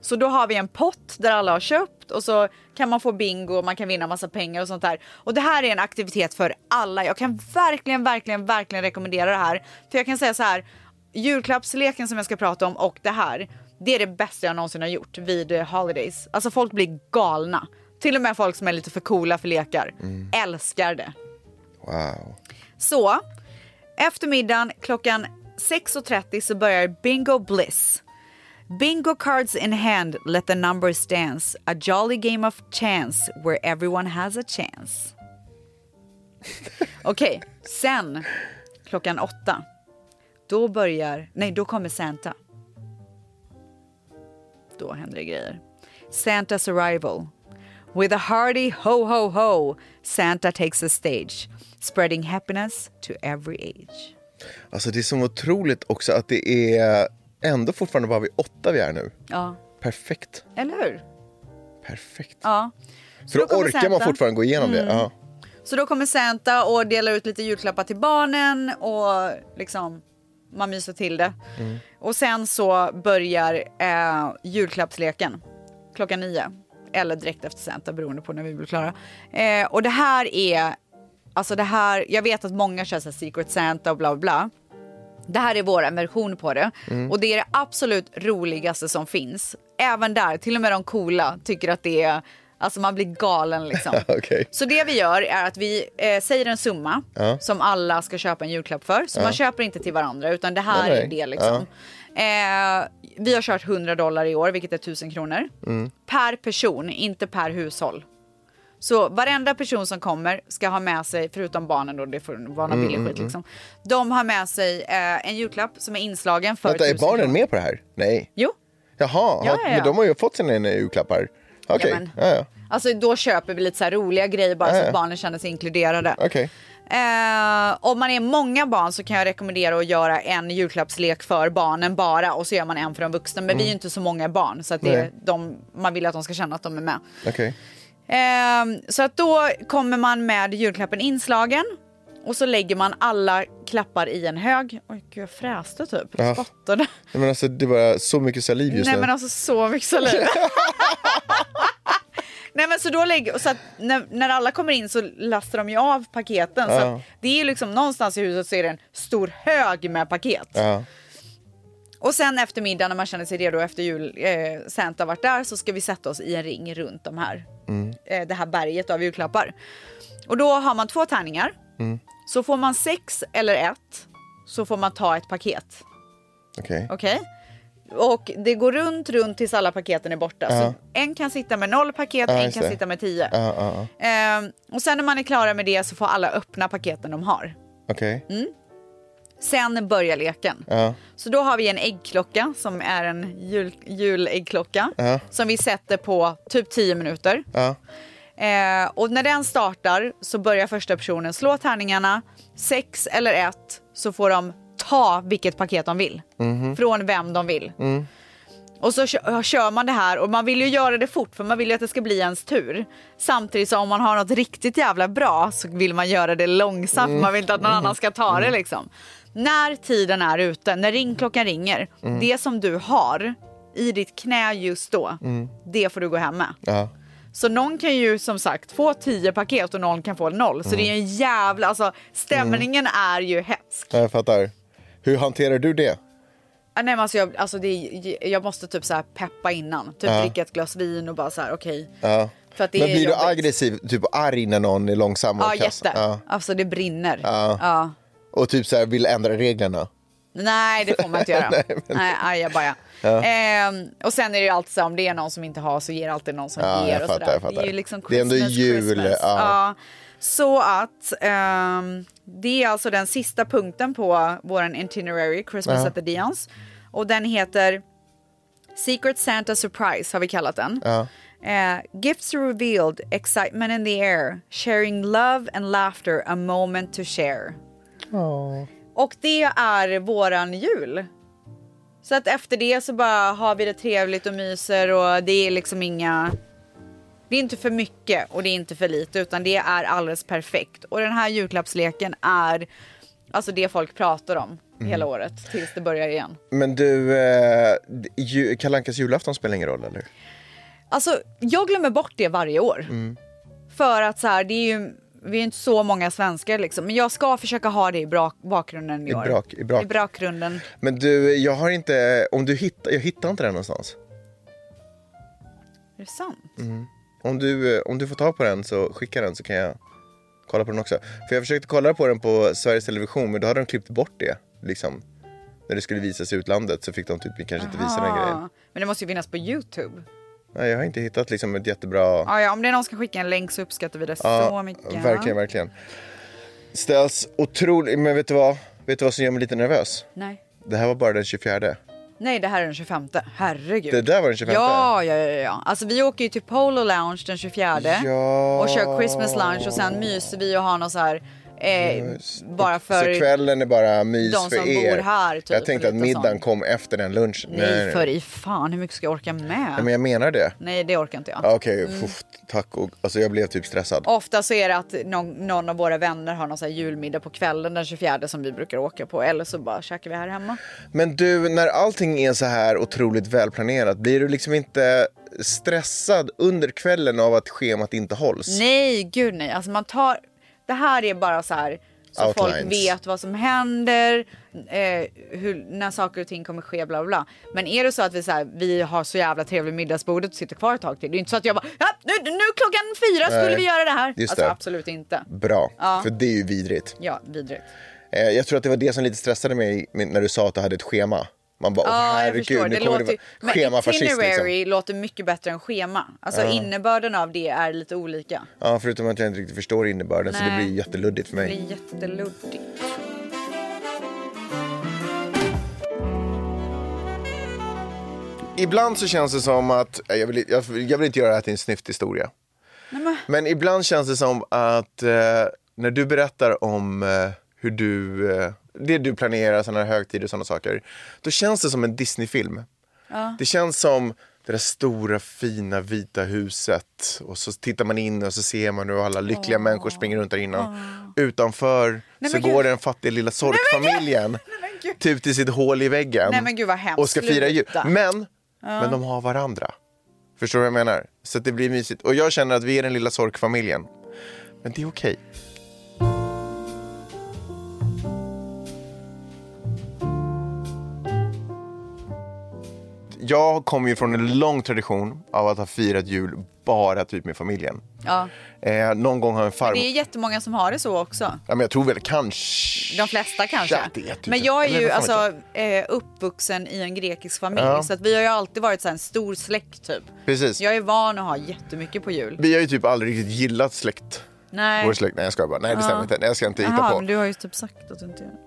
B: Så då har vi en pott där alla har köpt och så kan man få bingo och man kan vinna massa pengar och sånt där. Och det här är en aktivitet för alla. Jag kan verkligen, verkligen, verkligen rekommendera det här. För jag kan säga så här, julklappsleken som jag ska prata om och det här, det är det bästa jag någonsin har gjort vid eh, holidays. Alltså folk blir galna. Till och med folk som är lite för coola för lekar älskar det.
A: Wow.
B: Så eftermiddagen klockan 6.30 så börjar Bingo Bliss. Bingo cards in hand, let the numbers dance. A jolly game of chance where everyone has a chance. Okej, sen klockan åtta. Då börjar, nej då kommer Santa. Då händer det grejer. Santas arrival. With a hearty ho ho ho, Santa takes the stage, spreading happiness to every age.
A: Alltså det är så otroligt också att det är ändå fortfarande bara vi åtta vi är nu.
B: Ja,
A: Perfekt.
B: eller hur?
A: Perfekt.
B: Ja.
A: För då
B: då kommer Mm.
A: orkar man
B: Santa.
A: fortfarande gå igenom det. Ja.
B: Så då kommer Santa och delar ut lite julklappar till barnen och liksom man myser till det.
A: Mm.
B: Och sen så börjar eh, julklappsleken klockan nio. Eller direkt efter Santa beroende på när vi blir klara. Eh, och det här är, alltså det här, jag vet att många kör så här Secret Santa och bla bla bla. Det här är vår version på det.
A: Mm.
B: Och det är det absolut roligaste som finns. Även där, till och med de coola tycker att det är, alltså man blir galen liksom.
A: Okej.
B: Så det vi gör är att vi eh, säger en summa
A: Ja.
B: som alla ska köpa en julklapp för. Så man köper inte till varandra utan det här
A: Nej, nej.
B: är det liksom. Eh, vi har kört 100 dollar i år vilket är 1000 kronor.
A: Mm.
B: Per person, inte per hushåll. Så varenda person som kommer ska ha med sig, förutom barnen då, det får vara
A: Mm,
B: någon billig skit liksom. De har med sig eh, en julklapp som är inslagen för
A: Vänta, är
B: 1000
A: barnen
B: kronor.
A: med på det här? Nej.
B: Jo.
A: Jaha,
B: Ja,
A: ja,
B: ja, ja.
A: men de har ju fått sina julklappar. Okej.
B: Jajamän.
A: Ja, ja.
B: Alltså då köper vi lite så här roliga grejer bara
A: Ja,
B: så
A: ja.
B: att barnen känner sig inkluderade.
A: Okej.
B: Eh, om man är många barn så kan jag rekommendera att göra en julklappslek för barnen bara och så gör man en för de vuxna. Men vi är ju inte så många barn så att det är
A: Mm. Nej.
B: de, man vill att de ska känna att de är med.
A: Okej.
B: Ehm, så att då kommer man med julklappen inslagen och så lägger man alla klappar i en hög. Oj gud jag fräste typ,
A: Ja.
B: jag spottade.
A: Nej, Men alltså, det var så mycket saliv just
B: Nej
A: nu.
B: men alltså så mycket saliv. Nej men så då lägger, och så att när, när alla kommer in så lastar de ju av paketen. Så
A: Ja.
B: att det är ju liksom någonstans i huset så är det en stor hög med paket.
A: ja.
B: Och sen efter middagen när man känner sig redo efter jul, eh, Santa har varit där så ska vi sätta oss i en ring runt de här,
A: Mm.
B: eh, det här berget av julklappar. Och då har man två tärningar.
A: Mm.
B: Så får man sex eller ett så får man ta ett paket.
A: Okej.
B: Okej. Och det går runt, runt tills alla paketen är borta. Så en kan sitta med noll paket, en
A: just
B: kan
A: det.
B: sitta med tio.
A: Ja, ja, ja.
B: Ehm, och sen när man är klara med det så får alla öppna paketen de har.
A: Okej.
B: Mm. Sen börjar leken.
A: Ja.
B: Så då har vi en äggklocka som är en jul, juläggklocka
A: Ja.
B: som vi sätter på typ 10 minuter.
A: Ja.
B: Eh, och när den startar så börjar första personen slå tärningarna. Sex eller ett så får de ta vilket paket de vill. Från vem de vill. Och så kö- kör man det här och man vill ju göra det fort för man vill ju att det ska bli ens tur. Samtidigt som om man har något riktigt jävla bra så vill man göra det långsamt. Man vill inte att någon annan ska ta det liksom. När tiden är ute, när ringklockan ringer, det som du har i ditt knä just då, det får du gå hem med.
A: Ja.
B: Så någon kan ju som sagt få 10 paket och någon kan få noll. Så
A: Mm.
B: det är en jävla, alltså stämningen är ju hetsk.
A: Ja, Jag fattar. Hur hanterar du det?
B: Ah, Nej, men alltså jag, alltså det, är- jag måste typ så här peppa innan. Typ dricka ett glas vin och bara så här okej.
A: Ja.
B: För att det
A: Men
B: är
A: blir du
B: jobbigt.
A: aggressiv, typ arg när någon är långsam? och
B: Ja,
A: kass?
B: jätte.
A: Ja.
B: Alltså det brinner.
A: Ja.
B: Ja.
A: Och typ så här, vill ändra reglerna?
B: Nej, det får man inte göra. Nej, ajabaja.
A: Ja.
B: Ehm, och sen är det ju alltid så här, om det är någon som inte har så ger alltid någon som
A: Ja,
B: ger.
A: jag
B: och
A: fattar,
B: sådär.
A: jag fattar.
B: Det är ju liksom
A: Det är ändå
B: Christmas,
A: jul,
B: Christmas.
A: ja.
B: Ja. Så att ehm, det är alltså den sista punkten på vår itinerary, Christmas
A: Ja.
B: at the Dions. Och den heter Secret Santa Surprise har vi kallat den.
A: Ja.
B: Eh, gifts revealed, excitement in the air, sharing love and laughter, a moment to share. Och det är våran jul. Så att efter det så bara har vi det trevligt och myser och det är liksom inga... Det är inte för mycket och det är inte för lite utan det är alldeles perfekt. Och den här julklappsleken är alltså det folk pratar om hela året tills det börjar igen.
A: Men du, eh, ju, Kalle Ankas julafton spelar ingen roll, eller?
B: Alltså, jag glömmer bort det varje år.
A: Mm.
B: För att så här, det är ju, vi är ju inte så många svenskar liksom. Men jag ska försöka ha det i bra, bakgrunden i,
A: I
B: år.
A: brak- i brak.
B: I bakgrunden.
A: Men du, jag har inte... Om du hittar... Jag hittar inte den någonstans.
B: Är det sant?
A: Om du, eh, om du får ta på den så skicka den så kan jag kolla på den också. För jag försökte kolla på den på Sveriges Television men då hade de klippt bort det. Liksom. När det skulle visas i utlandet så fick de typ kanske inte visa den grejen.
B: Ah, Men det måste ju finnas på Youtube.
A: Nej, jag har inte hittat liksom ett jättebra...
B: Ah, ja, om det är någon som ska skicka en länk så uppskattar vi det så mycket.
A: verkligen, verkligen. Ställs otroligt... Men vet du vad? Vet du vad som gör mig lite nervös?
B: Nej.
A: Det här var bara den 24.
B: Nej, det här är den 25. Herregud.
A: Det där var den 25.
B: Ja, ja, ja, ja. Alltså vi åker ju till Polo Lounge den 24
A: Ja.
B: och kör Christmas Lounge och sen myser vi och har någon så här eh, bara
A: Så
B: för
A: kvällen är bara mys
B: de som
A: för er.
B: bor här, typ,
A: jag tänkte att
B: lite
A: middagen
B: sånt.
A: kom efter den lunchen.
B: Nej, för i fan, hur mycket ska jag orka med?
A: Men jag menar det.
B: Nej, det orkar inte jag.
A: Ja, Okej,
B: Mm.
A: fuff, tack. Och, alltså jag blev typ stressad.
B: Ofta så är det att någon, någon av våra vänner har någon så här julmiddag på kvällen den 24 som vi brukar åka på. Eller så bara käkar vi här hemma.
A: Men du, när allting är så här otroligt välplanerat, blir du liksom inte stressad under kvällen av att schemat inte hålls?
B: Nej, gud nej. Alltså man tar... Det här är bara så här så folk
A: Outlines.
B: vet vad som händer, eh, hur, när saker och ting kommer ske, bla bla, bla. Men är det så att vi, så här, vi har så jävla trevligt middagsbordet och sitter kvar ett tag till. Det är inte så att jag bara, ja, nu, nu klockan fyra skulle
A: Nej.
B: vi göra det här.
A: Just
B: alltså
A: det.
B: absolut inte.
A: Bra,
B: Ja.
A: för det är ju vidrigt.
B: Ja, vidrigt.
A: Eh, jag tror att det var det som lite stressade mig min- när du sa att du hade ett schema. Man bara, åh
B: Ja, jag
A: herregud,
B: förstår.
A: nu
B: Det
A: kommer
B: låter,
A: det
B: ju-
A: vara
B: men
A: schemafascist liksom.
B: itinerary låter mycket bättre än schema. Alltså innebörden av det är lite olika.
A: Ja, förutom att jag inte riktigt förstår innebörden så det
B: Nej.
A: blir jätteluddigt för
B: Det
A: mig.
B: är jätteluddigt.
A: Ibland så känns det som att, eh, jag vill, jag, vill- jag vill inte göra det här till en snyfthistoria. Men... ibland känns det som att eh, när du berättar om eh, hur du, eh, det du planerar, sådana här högtider och sådana saker. Då känns det som en Disney-film. Det känns som det där stora fina vita huset och så tittar man in och så ser man hur alla lyckliga människor springer runt där inne. Utanför
B: Nej,
A: så
B: men gud.
A: går den fattiga lilla sorkfamiljen
B: gud.
A: typ till sitt hål i väggen
B: Nej, men gud, vad hemskt.
A: och ska fira jul.
B: Sluta.
A: Men, men de har varandra. Förstår du vad jag menar? Så att det blir mysigt. Och jag känner att vi är den lilla sorkfamiljen. Men det är okej. Jag kommer ju från en lång tradition av att ha firat jul bara typ med familjen.
B: Ja.
A: Eh, någon gång har en farmor...
B: Det är jättemånga som har det så också.
A: Ja, men jag tror väl kanske...
B: De flesta kanske.
A: Jag vet inte.
B: Men jag är
A: Eller
B: ju
A: vad fan vet typ jag?
B: alltså, eh, uppvuxen i en grekisk familj
A: Ja.
B: så att vi har ju alltid varit så här, en stor släkt typ.
A: Precis.
B: Jag är van att ha jättemycket på jul.
A: Vi har ju typ aldrig riktigt gillat släkt.
B: Nej.
A: Vår släkt. Nej jag skojar bara. Nej det stämmer inte. Nej jag ska inte hitta
B: Jaha,
A: på.
B: men du har ju typ sagt att du inte gör det.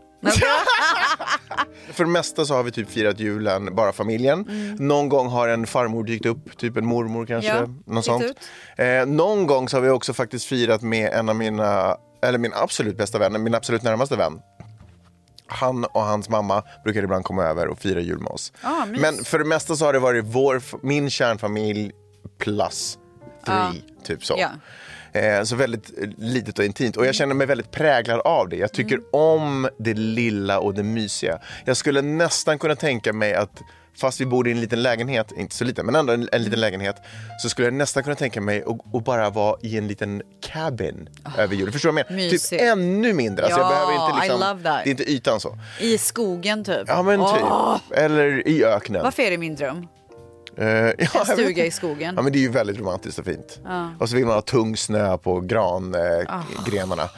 A: För det mesta så har vi typ firat julen bara familjen. Någon gång har en farmor dykt upp, typ en mormor kanske.
B: Mm. Ja,
A: något
B: dykt
A: sånt.
B: ut.
A: Eh, någon gång så har vi också faktiskt firat med en av mina, eller min absolut bästa vän, min absolut närmaste vän. Han och hans mamma brukar ibland komma över och fira jul med oss.
B: Ah, mys.
A: Men för det mesta så har det varit vår, min kärnfamilj plus three, typ så.
B: Ah. Ja.
A: Eh, Så väldigt eh, litet och intimt. Och jag känner mig väldigt präglad av det. Jag tycker
B: Mm.
A: om det lilla och det mysiga. Jag skulle nästan kunna tänka mig att fast vi bor i en liten lägenhet, inte så liten, men ändå en, en
B: Mm.
A: liten lägenhet, så skulle jag nästan kunna tänka mig att, att bara vara i en liten cabin över jul. Förstår du vad jag menar? Typ
B: Ah, mysigt.
A: ännu mindre. Alltså jag
B: Ja,
A: behöver inte
B: I
A: liksom,
B: love that.
A: Det är inte ytan så.
B: I skogen typ.
A: Ja men typ.
B: Åh!
A: Eller i öknen.
B: Varför är det min dröm?
A: Eh, ja, jag
B: En
A: vet
B: stuga i
A: inte.
B: skogen.
A: Ja, men det är ju väldigt romantiskt och fint.
B: Ja. Ah.
A: Och så vill man ha tung snö på grangrenarna.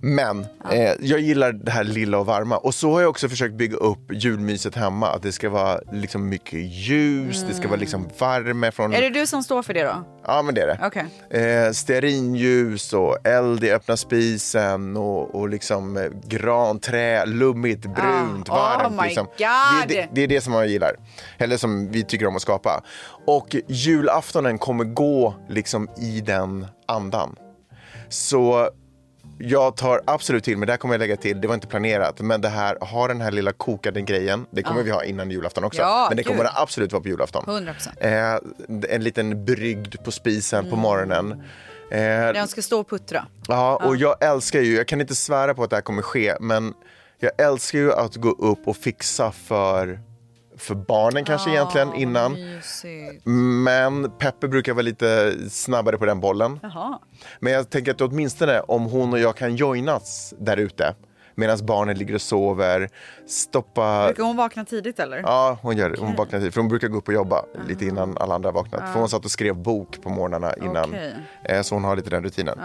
A: Men eh, jag gillar det här lilla och varma. Och så har jag också försökt bygga upp julmyset hemma. Att det ska vara liksom mycket ljus, det ska vara liksom värme från...
B: Mm. Är det du som står för det då?
A: Ja, men det är det.
B: Okej.
A: Eh, stearinljus och eld i öppna spisen och, och liksom eh, granträ, lummigt, brunt,
B: Ah, oh
A: varmt.
B: my
A: liksom.
B: God.
A: det, är det, det är det som jag gillar, eller som vi tycker om att skapa. Och julaftonen kommer gå liksom i den andan. Så jag tar absolut till mig, det här kommer jag lägga till, det var inte planerat, men det här, ha den här lilla kokade grejen, det kommer vi ha innan julafton också,
B: Ah. Ja,
A: men det
B: gud.
A: kommer det absolut vara på julafton.
B: 100%.
A: Eh, en liten brygd på spisen på morgonen. Eh,
B: Den ska stå och puttra.
A: ja, och jag älskar ju, jag kan inte svära på att det här kommer ske, men jag älskar ju att gå upp och fixa för, för barnen kanske egentligen innan.
B: Mysigt.
A: Men Peppe brukar vara lite snabbare på den bollen.
B: Jaha.
A: Men jag tänker att åtminstone om hon och jag kan joinas där ute medan barnen ligger och sover, stoppa...
B: Brukar hon vakna tidigt eller?
A: Ja, hon gör det. Hon vaknar tidigt. För hon brukar gå upp och jobba lite innan alla andra vaknat. För hon satt och skrev bok på morgnarna innan.
B: Okej.
A: Eh, Så hon har lite den rutinen.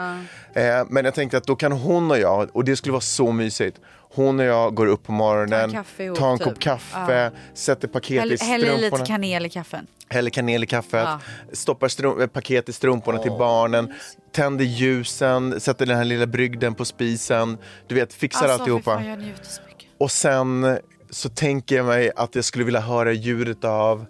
A: Eh, Men jag tänkte att då kan hon och jag, och det skulle vara så mysigt. Hon och jag går upp på morgonen,
B: kaffe ihop,
A: tar en
B: typ.
A: kopp kaffe, sätter paket i
B: Häll, häll i lite
A: strumporna.
B: kanel i kaffen.
A: Häller kanel i kaffet,
B: Ja.
A: stoppar strum- eh, paket i strumporna till barnen, tänder ljusen, sätter den här lilla brygden på spisen. Du vet, fixar
B: Alltså, fy
A: alltihopa.
B: fan, jag njuter så mycket.
A: Och sen så tänker jag mig att jag skulle vilja höra ljudet av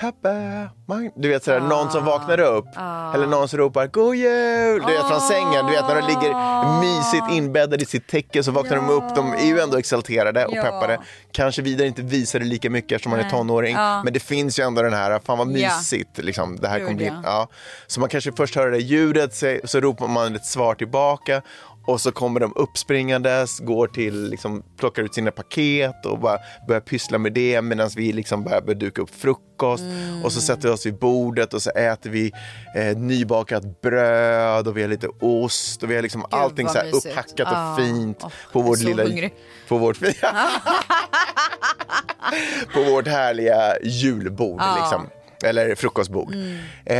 A: Peppe, Mag-" du vet sådär, någon som
B: Ah.
A: vaknar upp eller någon som ropar God Jul! Du vet från sängen, du vet när de ligger
B: Ah.
A: mysigt inbäddade i sitt täcke så vaknar de upp, de är ju ändå exalterade och
B: Ja.
A: peppade. Kanske vidare inte visar det lika mycket eftersom man är tonåring, men det finns ju ändå den här, fan vad
B: Ja.
A: mysigt, liksom. det här
B: Gud,
A: kommer bli
B: ja.
A: Ja. Så man kanske först hör det där ljudet, se- så ropar man ett svar tillbaka och så kommer de uppspringandes, går till, liksom, plockar ut sina paket och bara börjar pyssla med det medan vi liksom börjar börjar duka upp frukost och så sätter vi oss vid bordet och så äter vi eh, nybakat bröd och vi har lite ost och vi har liksom allting
B: vad
A: så här
B: mysigt.
A: upphackat och
B: Ah.
A: fint
B: Åh,
A: på
B: jag är
A: vårt
B: så
A: lilla...
B: hungrig.
A: På vårt, på vårt härliga julbord. Liksom. Eller frukostbord. Eh,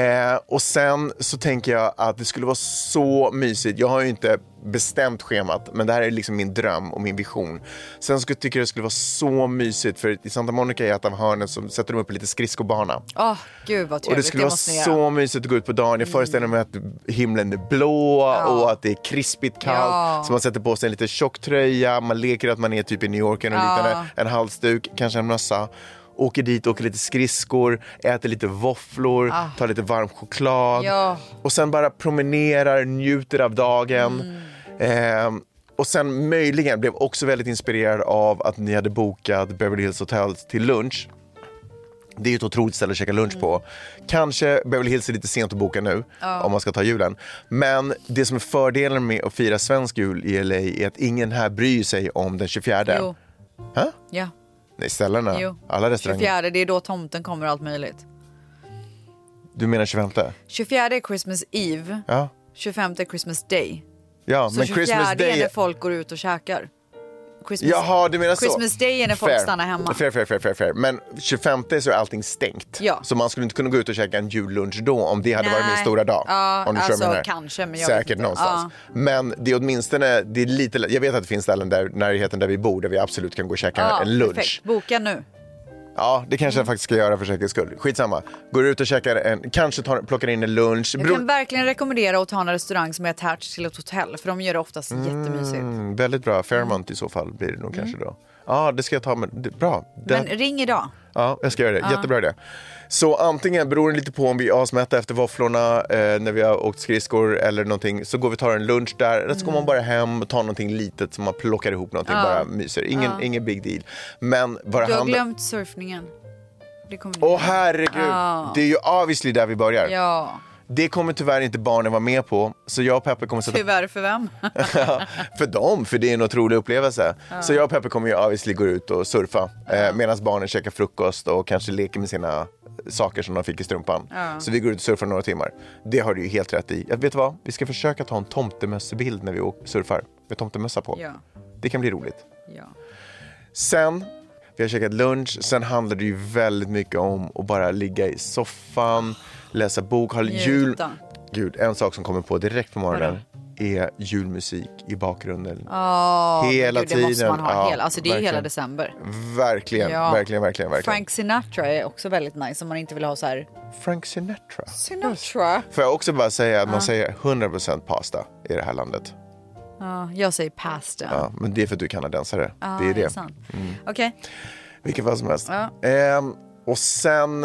A: och sen så tänker jag att det skulle vara så mysigt. Jag har ju inte bestämt schemat, men det här är liksom min dröm och min vision. Sen skulle, tycker jag det skulle vara så mysigt, för i Santa Monica i ett av hörnen så sätter de upp lite skridskobana.
B: Åh, gud vad
A: Och det
B: trevligt.
A: skulle vara
B: måste ni
A: så
B: göra. Mm.
A: mysigt att gå ut på dagen. Jag föreställer mig att himlen är blå och att det är krispigt kallt.
B: Ja.
A: Så man sätter på sig en lite tjock tröja, man leker att man är typ i New York eller
B: Ja.
A: liknande. En halsduk, kanske en mössa. Åker dit, åker lite skridskor, äter lite våfflor, tar lite varm choklad.
B: Ah. Ja.
A: Och sen bara promenerar, njuter av dagen.
B: Mm.
A: Ehm, och sen möjligen blev också väldigt inspirerad av att ni hade bokat Beverly Hills Hotel till lunch. Det är ju ett otroligt ställe att käka lunch på.
B: Mm.
A: Kanske Beverly Hills är lite sent att boka nu om man ska ta julen. Men det som är fördelen med att fira svensk jul i LA är att ingen här bryr sig om den 24.
B: Jo,
A: Hä?
B: ja.
A: Nej, ställena.
B: Jo.
A: Alla restauranger.
B: 24, det är då tomten kommer och allt möjligt.
A: Du menar 25?
B: 24 är Christmas Eve,
A: Ja.
B: 25 är Christmas Day.
A: Ja,
B: Så
A: men
B: 24
A: Christmas
B: är
A: Day...
B: när folk går ut och käkar. Christmas...
A: Jaha, du menar så.
B: Christmas Day är när folk stannar hemma.
A: Fair, fair, fair, fair, fair. Men 25 så är allting stängt.
B: Ja.
A: Så man skulle inte kunna gå ut och käka en jullunch då om det hade varit min
B: Nej.
A: stora dag.
B: Ja,
A: om
B: alltså,
A: menar.
B: kanske, men jag vet
A: Säkert
B: inte.
A: någonstans. Men det är åtminstone, det är lite, jag vet att det finns ställen där, närheten där vi bor där vi absolut kan gå och käka
B: Ja,
A: en lunch.
B: perfekt. Boka nu.
A: Ja, det kanske jag faktiskt ska göra för säkerhets skull. Skitsamma. Går ut och käkar en, kanske tar, plockar in en lunch.
B: Jag
A: Beror-
B: kan verkligen rekommendera att ta en restaurang som är attached till ett hotell för de gör det oftast jättemysigt.
A: Mm, väldigt bra. Fairmont i så fall blir det nog kanske då. Ja, det ska jag ta med. det- Bra. Den-
B: Mm. Men ring idag.
A: Ja, jag ska göra det. Jättebra idé. Så antingen beror det lite på om vi är asmätta efter våfflorna eh, när vi har åkt skridskor eller någonting. Så går vi och tar en lunch där. Eller så går
B: Mm.
A: man bara hem och tar någonting litet som man plockar ihop någonting. Bara myser. Ingen, ingen big deal. Men bara
B: Du har
A: handla-
B: glömt surfningen. Det kommer ni
A: Åh herregud. Det är ju obviously där vi börjar.
B: Ja,
A: Det kommer tyvärr inte barnen vara med på. Så jag och Peppe kommer sätta
B: tyvärr för vem?
A: Ja, för dem, för det är en otrolig upplevelse. Så jag och Peppe kommer ju obviously gå ut och surfa eh, medan barnen käkar frukost och kanske leker med sina saker som de fick i strumpan. Så vi går ut och surfar några timmar. Det har du ju helt rätt i. Jag vet du vad? Vi ska försöka ta en tomtemössebild när vi åker- surfar med tomtemössa på.
B: Ja.
A: Det kan bli roligt.
B: Ja.
A: Sen, Vi har käkat lunch. Sen handlar det ju väldigt mycket om att bara ligga i soffan, läsa bok, ha jul.
B: Njuta.
A: Gud, en sak som kommer på direkt på morgonen är julmusik i bakgrunden.
B: Ja, men
A: Hela
B: gud, Det måste
A: tiden.
B: man ha.
A: Ja,
B: hela. Alltså, det är ju
A: verkligen.
B: hela december.
A: Verkligen,
B: Ja.
A: verkligen, verkligen, verkligen.
B: Frank Sinatra är också väldigt nice om man inte vill ha så här...
A: Frank Sinatra.
B: Sinatra?
A: Får jag också bara säga att man säger 100% pasta i det här landet.
B: Ja, jag säger pasta.
A: Ja, men det är för att du är kanadensare.
B: Ja,
A: det Mm. är det.
B: sant. Okej.
A: Vilket fall som helst.
B: Ja.
A: Ehm, och sen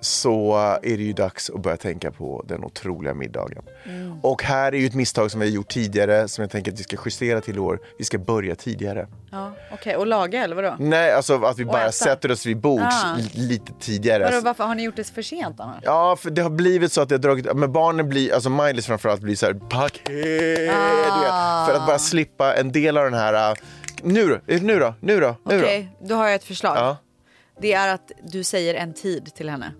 A: så är det ju dags att börja tänka på den otroliga middagen.
B: Mm.
A: Och här är ju ett misstag som vi har gjort tidigare som jag tänker att vi ska justera till i år. Vi ska börja tidigare.
B: Ja, okej. Och laga eller vadå?
A: Nej, alltså att vi bara
B: äta.
A: sätter oss vid bords
B: Ah.
A: li- lite tidigare.
B: vadå? Varför har ni gjort det för sent annars?
A: Ja, för det har blivit så att det har dragit... Men barnen blir, alltså Miley's framförallt blir så här paket, du
B: Ah.
A: vet, För att bara slippa en del av den här... äh, Nu då, eh, nu då, nu då, nu
B: Okej, då har jag ett förslag.
A: då. Ja.
B: Det är att du säger en tid till henne.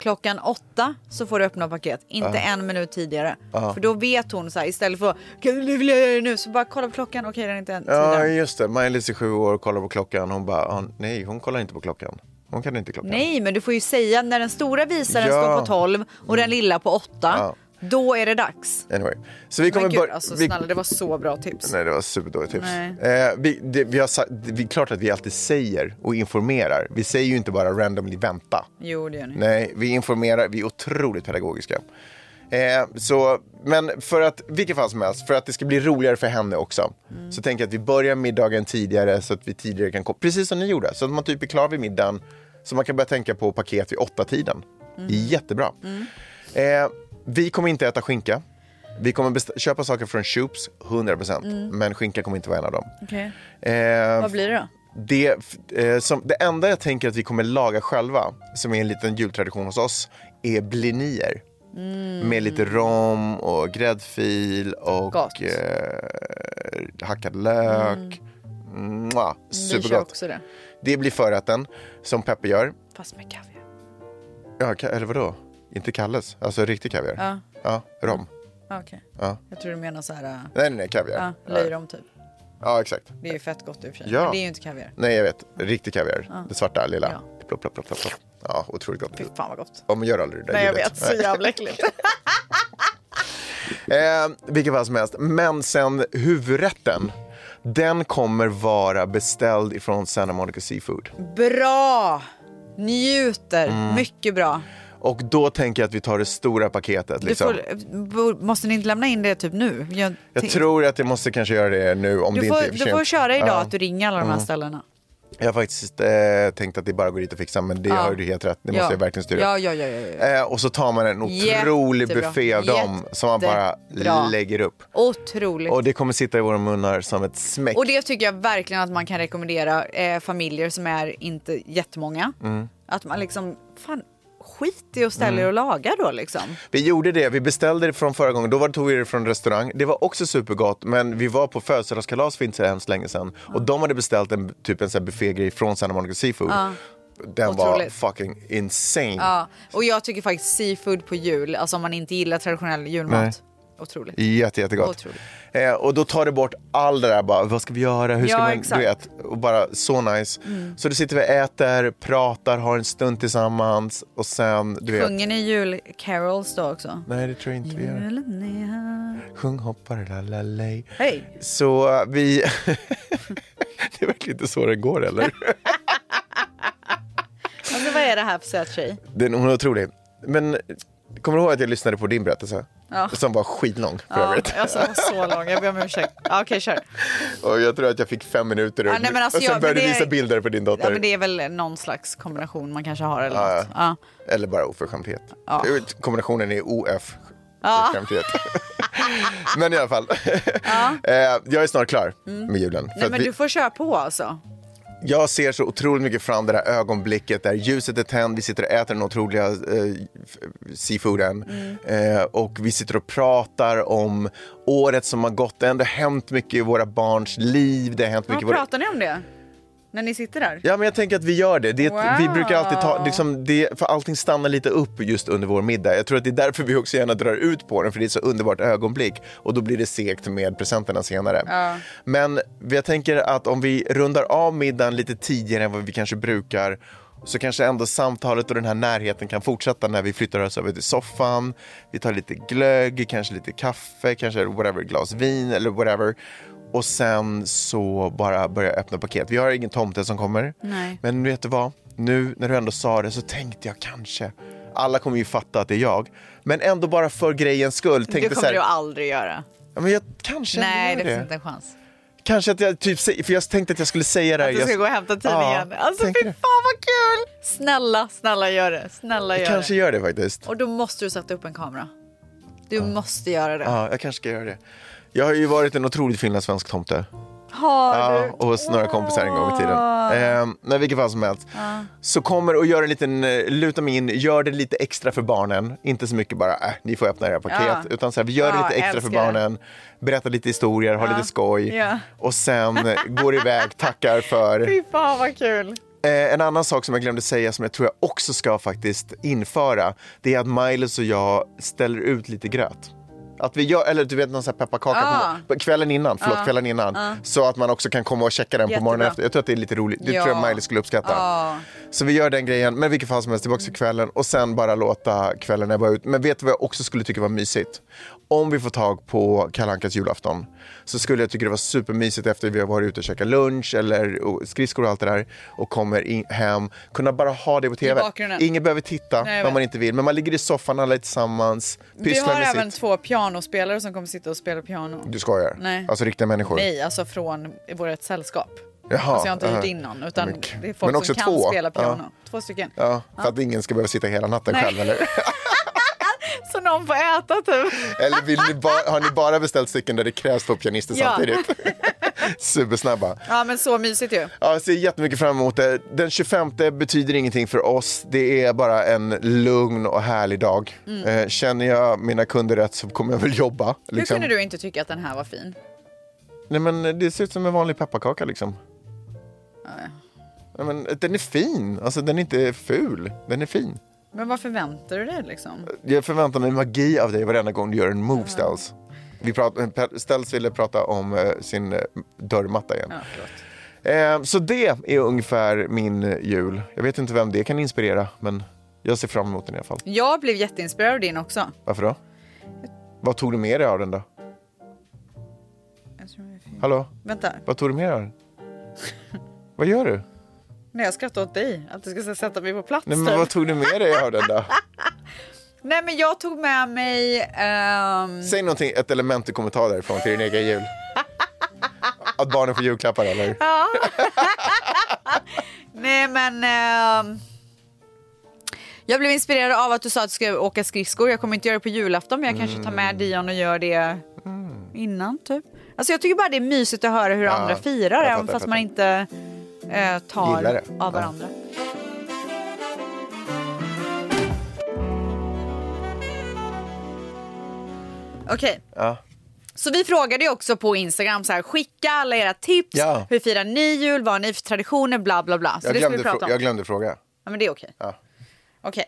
B: Klockan åtta så får du öppna paket, inte en minut tidigare. För då vet hon så här, istället för att "Kan du vill jag göra det nu så bara kolla på klockan, okej den är inte en
A: ja,
B: tiden.
A: just det. Miley's är sju år och kollar på klockan. Hon bara, ah, nej, hon kollar inte på klockan. Hon kan inte klockan.
B: Nej men du får ju säga när den stora visaren
A: Ja.
B: står på 12 och den lilla på åtta.
A: Ja.
B: Då är det dags.
A: Anyway. Så vi kommer
B: Men gud
A: börja...
B: alltså
A: vi...
B: snälla det var så bra tips.
A: Nej, det var superdåligt tips.
B: Nej.
A: Eh, vi, det, vi har sagt, det är klart att vi alltid säger och informerar. Vi säger ju inte bara randomly vänta.
B: Jo det gör ni.
A: Nej, vi informerar, vi är otroligt pedagogiska. Eh, så, men för att, vilket fall som helst, för att det ska bli roligare för henne också. Så tänker jag att vi börjar middagen tidigare så att vi tidigare kan komma, precis som ni gjorde. Så att man typ är klar vid middagen, så man kan börja tänka på paket vid åtta tiden Jättebra. Eh, vi kommer inte äta skinka. Vi kommer best- köpa saker från Shoops, 100%. Men skinka kommer inte vara en av dem.
B: Okej.
A: Eh,
B: Mm. Vad blir det då?
A: det, eh, som, det enda jag tänker att vi kommer laga själva, som är en liten jultradition hos oss, är blinier.
B: Mm.
A: Med lite rom och gräddfil
B: Gott.
A: och eh, hackad lök. Mwah,
B: Vi kör
A: supergott.
B: Mm. också det.
A: Det blir förrätten som Peppe gör.
B: Fast med kaviar.
A: Ja, ka- eller vadå? Inte Kalles? Alltså riktig kaviar?
B: Ja.
A: Ja, rom.
B: Ah, Okej.
A: Ja.
B: Jag tror du menar så här, äh,
A: Nej, nej, nej, kaviar.
B: ja, löjrom typ.
A: ja, exakt.
B: Det är ju fett gott i och för sig.
A: Ja.
B: Men det är ju inte kaviar.
A: Nej, jag vet. Riktig kaviar. Det svarta, lilla.
B: Ja.
A: Plopp, plopp, plopp, plopp. plopp. Ja, otroligt gott.
B: Fy fan vad gott.
A: Ja, men gör aldrig det där
B: Nej jag
A: ljudet.
B: vet, så jävla äckligt.
A: Eh, vilket fall som helst. Men sen huvudrätten. Den kommer vara beställd ifrån Santa Monica Seafood.
B: Bra! Njuter,
A: Mm.
B: mycket bra.
A: Och då tänker jag att vi tar det stora paketet.
B: Du
A: Liksom.
B: får, bo- måste ni inte lämna in det typ nu? Jag,
A: Jag
B: tänk-
A: tror att jag måste kanske göra det nu om
B: du
A: det
B: får,
A: inte är för
B: du får
A: sent.
B: köra idag
A: Ja. Mm.
B: att du ringer alla de här ställena.
A: Jag har faktiskt eh, tänkt att det bara går dit och fixa men det
B: Ja.
A: har du helt rätt. Det måste
B: Ja.
A: jag verkligen styra.
B: Ja, ja, ja, ja, ja.
A: Eh, och så tar man en otrolig
B: Jättebra.
A: buffé av dem som man bara
B: Jättebra.
A: lägger upp.
B: Otroligt.
A: Och det kommer sitta i våra munnar som ett smäck.
B: Och det tycker jag verkligen att man kan rekommendera eh, familjer som är inte jättemånga.
A: Mm.
B: Att man liksom, fan skit i och ställer och lagar då liksom.
A: Vi gjorde det, vi beställde det från förra gången, då var, tog vi det från restaurang. Det var också supergott, men vi var på födelsedagskalas för inte så hemskt länge sedan. Och de hade beställt en, typ en sån här buffégrej från Santa Monica Seafood. Den var
B: Otroligt.
A: fucking insane.
B: Ja. Och jag tycker faktiskt seafood på jul, alltså om man inte gillar traditionell julmat. Otroligt.
A: Jätte, jättegott.
B: Otroligt.
A: Eh, och då tar det bort all det där, bara, vad ska vi göra, hur ska
B: Ja,
A: man,
B: exakt. Mm.
A: du vet. Och bara så nice. Så då sitter vi och äter, pratar, har en stund tillsammans och sen, du vet.
B: Sjunger ni julcarols då också?
A: Nej, det tror jag inte vi gör.
B: Julen är här.
A: Sjung hoppar, la la lej.
B: Hej!
A: Så eh, vi... det är verkligen inte så det går, eller?
B: Alltså, vad är det här för söt tjej?
A: Den, hon är otrolig. Men kommer du ihåg att jag lyssnade på din berättelse?
B: Ja.
A: Som var skitlång, för
B: Ja,
A: övrigt.
B: alltså, det var så lång, jag ber om ursäkt. Ja, Okej, kör.
A: Och jag tror att jag fick fem minuter ur
B: Ja, nej, men alltså
A: Och sen
B: jag-
A: började
B: men
A: du
B: det-
A: visa bilder på din dotter.
B: Ja, men det är väl någon slags kombination man kanske har eller
A: Ja,
B: något. Ja.
A: Eller bara oförskämdhet.
B: Ja.
A: Ut- Kombinationen är OF.
B: Ja.
A: Oförskämdhet. men i alla fall. Eh, jag är snart klar med julen. För
B: Mm. Nej,
A: att
B: men
A: vi-
B: du får köra på alltså.
A: Jag ser så otroligt mycket fram det där ögonblicket där ljuset är tänd, vi sitter och äter den otroliga eh, f- seafooden
B: Mm.
A: eh, och vi sitter och pratar om året som har gått. Det har ändå hänt mycket i våra barns liv. Det har hänt
B: Ja,
A: mycket i våra...
B: pratar ni om det? när ni sitter där?
A: Ja, men jag tänker att vi gör det. det är ett- Vi
B: Wow.
A: brukar alltid ta, liksom, det, för allting stannar lite upp just under vår middag. Jag tror att det är därför vi också gärna drar ut på den, för det är ett så underbart ögonblick. Och då blir det segt med presenterna senare. Men jag tänker att om vi rundar av middagen lite tidigare än vad vi kanske brukar, så kanske ändå samtalet och den här närheten kan fortsätta när vi flyttar oss över till soffan. Vi tar lite glögg, kanske lite kaffe, kanske whatever, glas vin eller whatever. Och sen så bara börja öppna paket. Vi har ingen tomte som kommer.
B: Nej.
A: Men vet du vad? Nu när du ändå sa det så tänkte jag kanske. Alla kommer ju fatta att det är jag. Men ändå bara för grejens skull.
B: Det
A: Tänkte så
B: kommer
A: här,
B: du aldrig göra.
A: ja, men jag kanske ändå
B: Nej,
A: gör
B: det finns inte en chans.
A: Kanske att jag typ sä- för jag tänkte att jag skulle säga det här.
B: Du ska
A: jag,
B: gå och hämta tidningen.
A: Ja,
B: alltså
A: tänkte
B: fy
A: det.
B: fan vad kul! Snälla, snälla gör det. Snälla
A: jag
B: gör
A: kanske
B: det.
A: gör det faktiskt.
B: Och då måste du sätta upp en kamera. Du måste göra det.
A: Ja, jag kanske ska göra det. Jag har ju varit en otroligt finlandssvensk tomte.
B: Har
A: Ja,
B: du?
A: och hos några kompisar en gång i tiden.
B: Åh.
A: Ehm, men vilket fall som helst. Så kommer och gör en liten, eh, luta mig in, gör det lite extra för barnen. Inte så mycket bara, äh, ni får öppna era paket.
B: Ja.
A: Utan så här, vi gör det
B: Ja,
A: lite extra för
B: älskar det.
A: barnen. Berättar lite historier, har lite skoj.
B: Ja.
A: Och sen eh, går iväg, tackar för.
B: Fy fan vad kul!
A: Eh, en annan sak som jag glömde säga som jag tror jag också ska faktiskt införa. Det är att Miles och jag ställer ut lite gröt. Att vi gör, eller du vet någon sån här pepparkaka
B: Ah.
A: på, på kvällen innan, förlåt, kvällen innan. Så att man också kan komma och checka den på
B: Jättebra.
A: morgonen efter. Jag tror att det är lite roligt. Det
B: Ja.
A: tror jag Miles skulle uppskatta.
B: Ja.
A: Så vi gör den grejen, men i vilket fall som helst tillbaka till kvällen och sen bara låta kvällen ebba ut. Men vet du vad jag också skulle tycka var mysigt? Om vi får tag på Kalle Ankas julafton så skulle jag tycka det var supermysigt efter vi har varit ute och käkat lunch eller och skridskor och allt det där och kommer in, hem, kunna bara ha det på tv.
B: bakgrunden.
A: Ingen behöver titta
B: Nej, jag
A: om
B: vet.
A: man inte vill, men man ligger i soffan alla är tillsammans,
B: Vi
A: pysslar
B: har
A: med
B: även
A: sitt.
B: två pianospelare som kommer sitta och spela piano.
A: Du skojar?
B: Nej.
A: Alltså riktiga människor?
B: Nej, alltså från vårt sällskap.
A: Jaha,
B: alltså jag har inte hyrt
A: aha.
B: in någon, utan
A: Ja, men k-
B: det är
A: men
B: folk
A: också
B: som kan
A: två.
B: spela
A: Ja.
B: piano. Två stycken.
A: Ja, för att ingen ska behöva sitta hela natten
B: Nej.
A: själv eller?
B: Så någon får äta typ.
A: Eller vill ni ba- har ni bara beställt stycken där det krävs två pianister
B: Ja.
A: samtidigt? Supersnabba.
B: Ja, men så mysigt ju.
A: Ja, jag ser jättemycket fram emot det. Den 25 betyder ingenting för oss. Det är bara en lugn och härlig dag. Eh, Känner jag mina kunder rätt så kommer jag väl jobba.
B: Mm. Hur
A: Liksom.
B: kunde du inte tycka att den här var fin?
A: Nej, men det ser ut som en vanlig pepparkaka liksom. Nej, men, den är fin. Alltså, den är inte ful. Den är fin.
B: Men vad förväntar du dig liksom?
A: Jag förväntar mig magi av dig varenda gång du gör en move, Stels. Vi prat- eh, Pe- Stels ville prata om eh, sin eh, dörrmatta igen.
B: Ja, förlåt.
A: Eh, så det är ungefär min eh, jul. Jag vet inte vem det kan inspirera, men jag ser fram emot den i alla fall.
B: Jag blev jätteinspirerad av din också.
A: Varför då? Vad tog du med dig av den då?
B: Jag tror den är fin.
A: Hallå?
B: Vänta,
A: Vad tog du med dig av den? Vad gör du?
B: nej jag skrattar åt dig. Att du ska sätta mig på plats
A: Nej,
B: typ.
A: men vad tog du med dig av den då?
B: nej men jag tog med mig... ehm,
A: Säg någonting, ett element du kommer ta därifrån till din egen jul. Att barnen får julklappar eller?
B: Nej men... ehm, jag blev inspirerad av att du sa att du ska åka skridskor. Jag kommer inte göra det på julafton men jag kanske tar
A: Mm.
B: med Dion och gör det innan typ. Alltså jag tycker bara det är mysigt att höra hur andra firar
A: jag
B: även
A: fattar,
B: fast
A: jag
B: man inte eh,
A: Gillar det.
B: tar
A: Ja.
B: av varandra. Okej.
A: Ja.
B: Så vi frågade ju också på Instagram, så här, skicka alla era tips.
A: Ja.
B: Hur firar ni jul? Vad har ni för traditioner? Bla, bla, bla. Så
A: Jag
B: det ska vi
A: glömde,
B: prata
A: frå-
B: om.
A: jag glömde fråga.
B: Ja, men det är okej.
A: Ja.
B: Okej.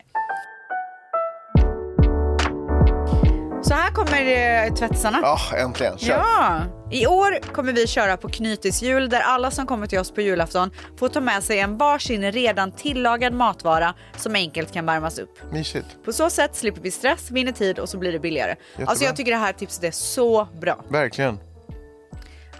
B: Så här kommer eh, tvättisarna.
A: Ja, äntligen. Kör.
B: Ja. I år kommer vi köra på Knytis jul där alla som kommer till oss på julafton får ta med sig en varsin redan tillagad matvara som enkelt kan värmas upp.
A: Mysigt.
B: På så sätt slipper vi stress, vinner tid och så blir det billigare. Alltså jag tycker det här tipset är så bra.
A: Verkligen.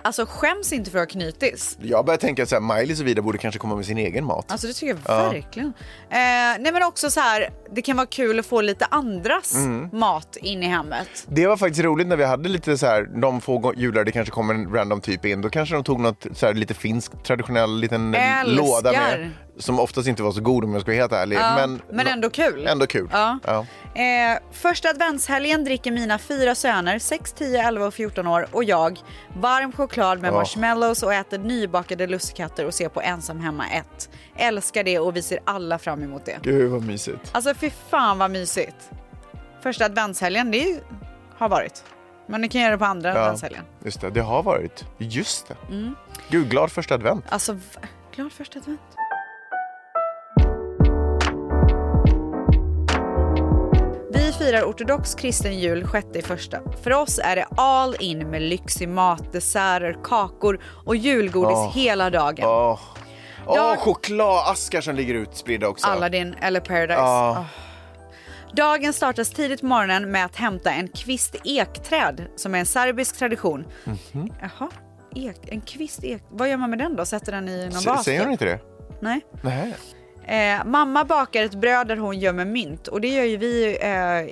B: Alltså skäms inte för att ha knytis.
A: Jag börjar tänka att Miley och Vida borde kanske komma med sin egen mat.
B: Alltså det tycker jag verkligen. Eh, nej men också så här, det kan vara kul att få lite andras
A: Mm.
B: mat in i hemmet.
A: Det var faktiskt roligt när vi hade lite så här, de få gå- jular det kanske kom en random typ in, då kanske de tog något så här, lite finsk traditionell liten
B: Älskar.
A: låda med. Som oftast inte var så god om jag ska vara helt ärlig.
B: Ja,
A: men,
B: men ändå kul.
A: Ändå kul.
B: Ja.
A: Ja.
B: Eh, första adventshelgen dricker mina fyra söner, 6, 10, 11 och 14 år och jag varm choklad med
A: Ja.
B: marshmallows och äter nybakade lussekatter och ser på Ensam hemma 1. Älskar det och vi ser alla fram emot det.
A: Gud vad mysigt.
B: Alltså fy fan vad mysigt. Första adventshelgen, det är ju- har varit. Men ni kan göra det på andra adventshelgen. Mm.
A: Just det, det har varit. Just det. Gud, glad första advent.
B: Alltså, v- Glad första advent. Vi firar ortodox kristen jul sjätte i första. För oss är det all in med lyxig mat, desserter, kakor och julgodis
A: Åh.
B: hela dagen.
A: Åh, Åh,
B: Jag-
A: chokladaskar som ligger utspridda också.
B: Aladdin eller Paradise.
A: Ja.
B: Åh. Dagen startas tidigt på morgonen med att hämta en kvist ekträd som är en serbisk tradition.
A: Mhm.
B: Jaha, ek, en kvist ek. Vad gör man med den då? Sätter den i någon
A: S-
B: vas?
A: Säger
B: typ?
A: hon inte det?
B: Nej.
A: Nej.
B: Eh, mamma bakar ett bröd där hon gömmer mynt och det gör ju vi eh,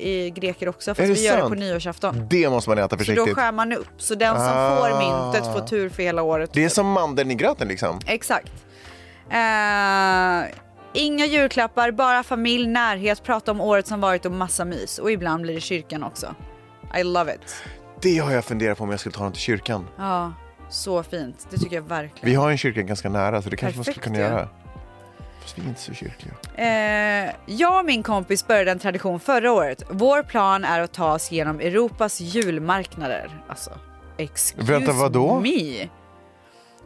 B: i greker också fast
A: det
B: vi gör det på
A: sant?
B: nyårsafton.
A: Det måste man äta
B: Så då
A: försiktigt.
B: skär man upp. Så den som
A: Ah.
B: får myntet får tur för hela året.
A: Det är som mandeln i gröten liksom.
B: Exakt. Eh, inga julklappar, bara familj, närhet, prata om året som varit och massa mys. Och ibland blir det kyrkan också. I love it.
A: Det har jag funderat på om jag skulle ta den till kyrkan.
B: Ja, så fint. Det tycker jag verkligen.
A: Vi har en kyrka ganska nära så det kanske man
B: Perfekt
A: skulle kunna
B: ju.
A: göra. Fast vi är inte så kyrkliga.
B: Eh, jag och min kompis började en tradition förra året. Vår plan är att ta oss genom Europas julmarknader. Alltså, excuse
A: Vänta, vadå?
B: me.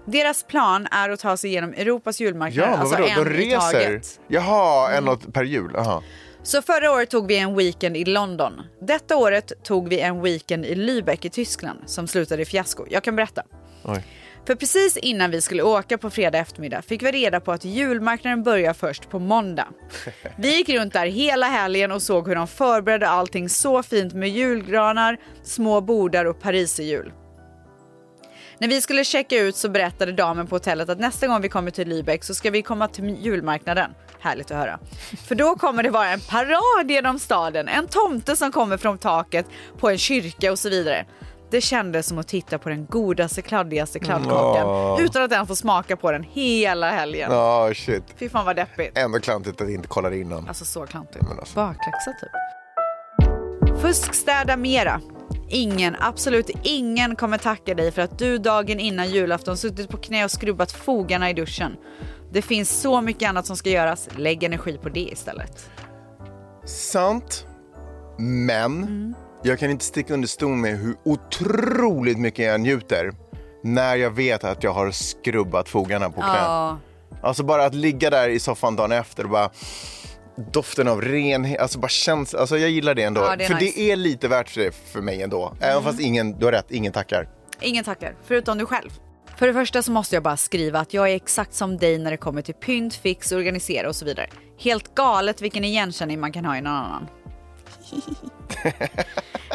B: Deras plan är att ta sig genom Europas
A: Ja,
B: julmarknader.
A: men
B: alltså
A: vadå?
B: en
A: De
B: i
A: reser?
B: taget.
A: Jaha, en åt per jul. Aha.
B: Så förra året tog vi en weekend i London. Detta året tog vi en weekend i Lübeck i Tyskland som slutade i fiasko. Jag kan berätta.
A: Oj.
B: För precis innan vi skulle åka på fredag eftermiddag fick vi reda på att julmarknaden börjar först på måndag. Vi gick runt där hela helgen och såg hur de förberedde allting så fint med julgranar, små bordar och pariserhjul. När vi skulle checka ut så berättade damen på hotellet att nästa gång vi kommer till Lübeck så ska vi komma till julmarknaden. Härligt att höra. För då kommer det vara en parad genom staden, en tomte som kommer från taket på en kyrka och så vidare. Det kändes som att titta på den godaste, kladdigaste kladdkakan
A: Mm, Åh.
B: utan att ens få smaka på den hela helgen.
A: Ja, shit.
B: Fy fan vad deppigt.
A: Ändå klantigt att inte kolla innan.
B: Alltså så klantigt.
A: Men alltså.
B: Bakläxa typ. Fuskstäda mera. Ingen, absolut ingen kommer tacka dig för att du dagen innan julafton suttit på knä och skrubbat fogarna i duschen. Det finns så mycket annat som ska göras. Lägg energi på det istället.
A: Sant. Men jag kan inte sticka under stol med hur otroligt mycket jag njuter när jag vet att jag har skrubbat fogarna på knä.
B: Ja.
A: Alltså bara att ligga där i soffan dagen efter och bara doften av renhet, alltså bara känns, alltså jag gillar det ändå.
B: Ja, det är
A: för
B: nice. Mm.
A: det är lite värt det för mig ändå. Även fast ingen, du har rätt, ingen tackar.
B: Ingen tackar, förutom du själv. För det första så måste jag bara skriva att jag är exakt som dig när det kommer till pynt, fix, organisera och så vidare. Helt galet vilken igenkänning man kan ha i någon annan.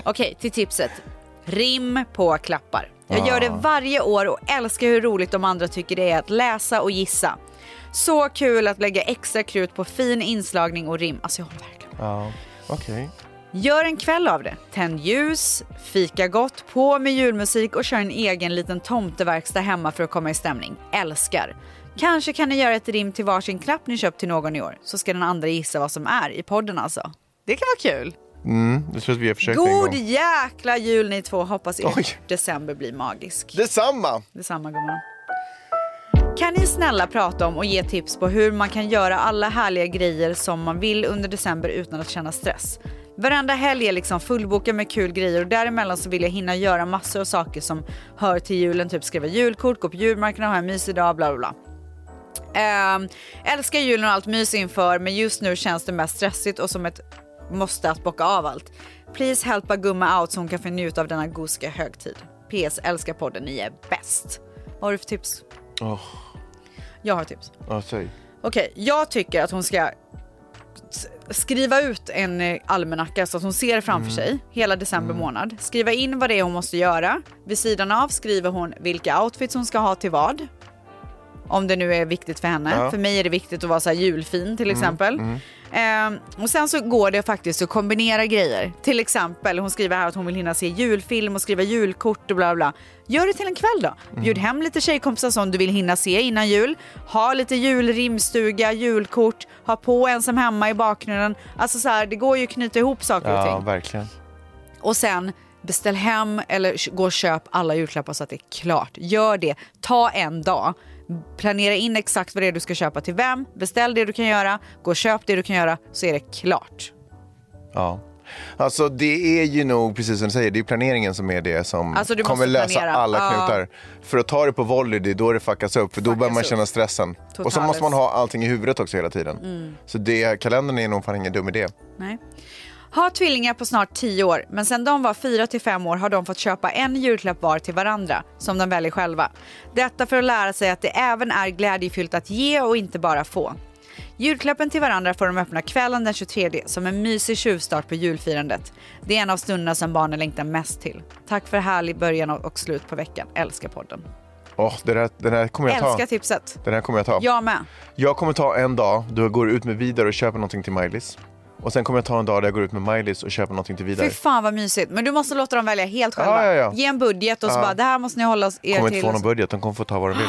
B: Okej, till tipset. Rim på klappar. Jag gör det varje år och älskar hur roligt de andra tycker det är att läsa och gissa. Så kul att lägga extra krut på fin inslagning och rim. Alltså jag håller verkligen
A: Ja, okej.
B: Gör en kväll av det. Tänd ljus, fika gott, på med julmusik och kör en egen liten tomteverkstad hemma för att komma i stämning. Älskar! Kanske kan ni göra ett rim till varsin klapp ni köpt till någon i år, så ska den andra gissa vad som är i podden alltså. Det kan vara kul!
A: Mm, jag tror att vi har försökt en
B: God
A: gång.
B: jäkla jul ni två! Hoppas er
A: Oj.
B: december blir magisk.
A: Detsamma!
B: Detsamma gumman. Kan ni snälla prata om och ge tips på hur man kan göra alla härliga grejer som man vill under december utan att känna stress? Varenda helg är liksom fullbokad med kul grejer och däremellan så vill jag hinna göra massor av saker som hör till julen, typ skriva julkort, gå på julmarknad, ha en mysig dag, bla bla bla. Ehm, älskar julen och allt mys inför men just nu känns det mest stressigt och som ett måste att bocka av allt. Please helpa gumma out så hon kan få njuta av denna gosiga högtid. PS älskar podden, ni är bäst. Vad har du för tips?
A: Åh,
B: Jag har tips.
A: ja, säg.
B: Okej, jag tycker att hon ska s- skriva ut en eh, almanacka så att hon ser framför sig hela december månad. Skriva in vad det är hon måste göra. Vid sidan av skriver hon vilka outfits hon ska ha till vad. Om det nu är viktigt för henne.
A: Ja. Mm,
B: För mig är det viktigt att vara så här julfin till exempel. Ehm, och sen så går det faktiskt att kombinera grejer. Till exempel, hon skriver här att hon vill hinna se julfilm och skriva julkort och bla bla. Gör det till en kväll
A: Mm.
B: då. Bjud hem lite tjejkompisar som du vill hinna se innan jul. Ha lite julrimstuga, julkort, ha på ensam hemma i bakgrunden. Alltså så här, det går ju att knyta ihop saker och ting.
A: Ja, verkligen.
B: Och sen beställ hem eller gå och köp alla julklappar så att det är klart. Gör det. Ta en dag. Planera in exakt vad det är du ska köpa till vem. Beställ det du kan göra. Gå och köp det du kan göra så är det klart.
A: Ja. Alltså det är ju nog, precis som du säger, det är planeringen som är det som
B: Alltså, du måste
A: kommer lösa
B: planera.
A: alla
B: Ja.
A: knutar. För att ta det på volley, det är då det fuckas upp. För då
B: Fuckas
A: börjar man
B: upp.
A: känna stressen. Och så
B: Totalt. Mm.
A: måste man ha allting i huvudet också hela tiden. Så det, kalendern är nog fan ingen dum idé.
B: Nej. Har tvillingar på snart 10 år, men sedan de var 4 till 5 år har de fått köpa en julklapp var till varandra, som de väljer själva. Detta för att lära sig att det även är glädjefyllt att ge och inte bara få. Julklappen till varandra får de öppna kvällen den 23 som en mysig tjuvstart på julfirandet. Det är en av stunderna som barnen längtar mest till. Tack för härlig början och och slut på veckan. Älskar podden.
A: Åh, det där, den här kommer jag ta.
B: Älskar tipset.
A: Den här kommer jag ta.
B: Jag med.
A: Jag kommer ta en dag då jag går ut med Vidar och köper någonting till Miley's. Och sen kommer jag ta en dag där jag går ut med Miley's och köper någonting till Vidar.
B: Fy fan vad mysigt. Men du måste låta dem välja helt själva.
A: Ja, ja, ja.
B: Ge en budget och så
A: Ja.
B: bara det här måste ni hålla oss- er
A: Kommer
B: till.
A: inte få någon budget, de kommer få ta vad de vill.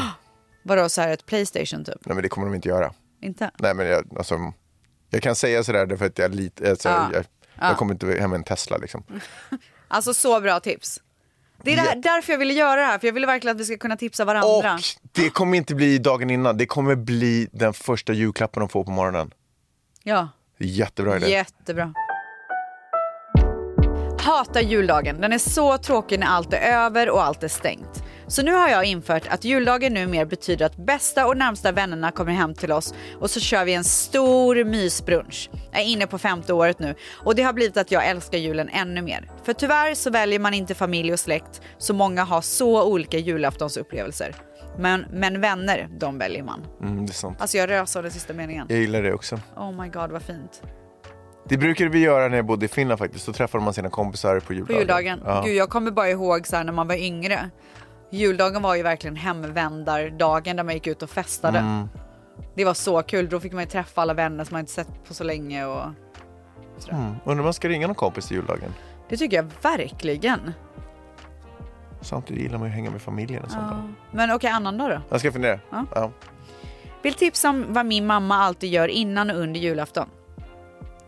B: Vadå så här ett Playstation typ?
A: Nej men det kommer de inte göra.
B: Inte?
A: Nej men jag, alltså, jag kan säga sådär därför att jag är lite, alltså,
B: Ja.
A: jag, jag kommer inte hem med en Tesla liksom.
B: Alltså så bra tips. Det är det här, därför jag ville göra det här, för jag ville verkligen att vi ska kunna tipsa
A: Och
B: varandra.
A: det kommer inte bli dagen innan, det kommer bli den första julklappen de får på morgonen.
B: Ja,
A: Jättebra idé.
B: jättebra. Hatar juldagen. Den är så tråkig när allt är över och allt är stängt. Så nu har jag infört att juldagen numera betyder att bästa och närmsta vännerna kommer hem till oss och så kör vi en stor mysbrunch. Jag är inne på femte året nu och det har blivit att jag älskar julen ännu mer. För tyvärr så väljer man inte familj och släkt så många har så olika julaftonsupplevelser. Men, men vänner, de väljer man.
A: Mm, det är sant.
B: Alltså jag rös av den sista meningen.
A: Jag gillar det också.
B: Oh my god vad fint.
A: Det brukade vi göra när jag bodde i Finland faktiskt. Då träffade man sina kompisar på
B: På
A: juldagen.
B: juldagen.
A: Ja.
B: Gud, jag kommer bara ihåg så här, när man var yngre. Juldagen var ju verkligen hemvändardagen där man gick ut och festade.
A: Mm.
B: Det var så kul. Då fick man ju träffa alla vänner som man inte sett på så länge. Och...
A: Mm. Undrar om man ska ringa någon kompis till juldagen.
B: Det tycker jag verkligen.
A: Samtidigt gillar man ju att hänga med familjen och sånt. där.
B: Men okej, annan dag då?
A: Jag ska fundera.
B: Ja.
A: Ja.
B: Vill tipsa om vad min mamma alltid gör innan och under julafton.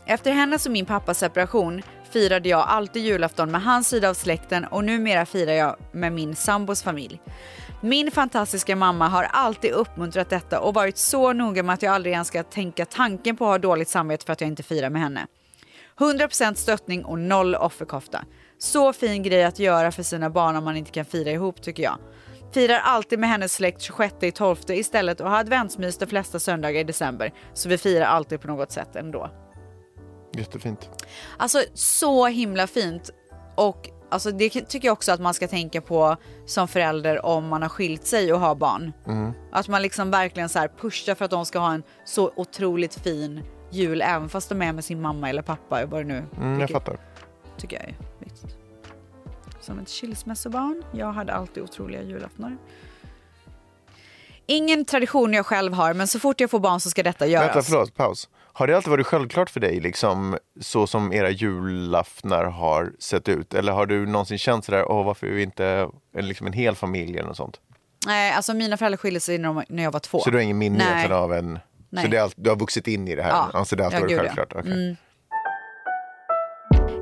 B: Efter hennes och min pappas separation firade jag alltid julafton med hans sida av släkten och numera firar jag med min sambos familj. Min fantastiska mamma har alltid uppmuntrat detta och varit så noga med att jag aldrig ens ska tänka tanken på att ha dåligt samvete för att jag inte firar med henne. 100% stöttning och noll offerkofta. Så fin grej att göra för sina barn om man inte kan fira ihop tycker jag. Firar alltid med hennes släkt 26 i 12 istället och har adventsmys de flesta söndagar i december. Så vi firar alltid på något sätt ändå.
A: Jättefint.
B: Alltså så himla fint. Och alltså, det tycker jag också att man ska tänka på som förälder om man har skilt sig och har barn.
A: Mm.
B: Att man liksom verkligen så här pushar för att de ska ha en så otroligt fin jul även fast de är med sin mamma eller pappa. Vad det nu
A: Mm, jag
B: tycker-
A: fattar.
B: tycker jag är viktigt. Som ett skilsmässobarn. Jag hade alltid otroliga julaftnar. Ingen tradition jag själv har, men så fort jag får barn så ska detta göras.
A: Vänta, förlåt, paus. Har det alltid varit självklart för dig, liksom, så som era julaftnar har sett ut? Eller har du någonsin känt sådär, åh, varför är vi inte en- liksom en hel familj eller något sånt?
B: Nej, alltså mina föräldrar skilde sig när, de, när jag var två.
A: Så du har ingen minne
B: Nej.
A: egentligen av en...
B: Nej.
A: Så det är allt, du har vuxit in i det här?
B: Ja.
A: Alltså det har alltid
B: Ja,
A: varit
B: gud, ja.
A: självklart? Okej.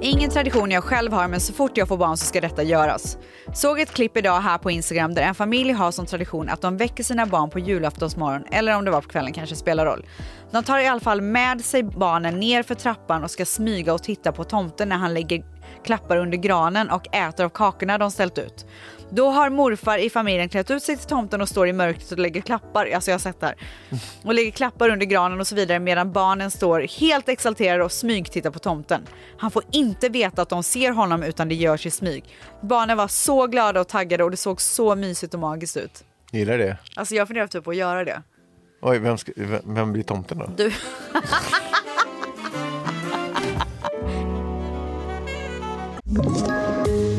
B: Ingen tradition jag själv har, men så fort jag får barn så ska detta göras. Såg ett klipp idag här på Instagram där en familj har som tradition att de väcker sina barn på julaftonsmorgon, eller om det var på kvällen kanske spelar roll. De tar i alla fall med sig barnen ner för trappan och ska smyga och titta på tomten när han lägger klappar under granen och äter av kakorna de ställt ut. Då har morfar i familjen klätt ut sig till tomten och står i mörkret och lägger klappar, alltså jag har sett det här, och lägger klappar under granen och så vidare medan barnen står helt exalterade och smygtittar på tomten. Han får inte veta att de ser honom utan det görs i smyg. Barnen var så glada och taggade och det såg så mysigt och magiskt ut.
A: Gillar det?
B: Alltså jag funderar typ på att göra det.
A: Oj, vem, ska, vem, vem blir tomten då?
B: Du.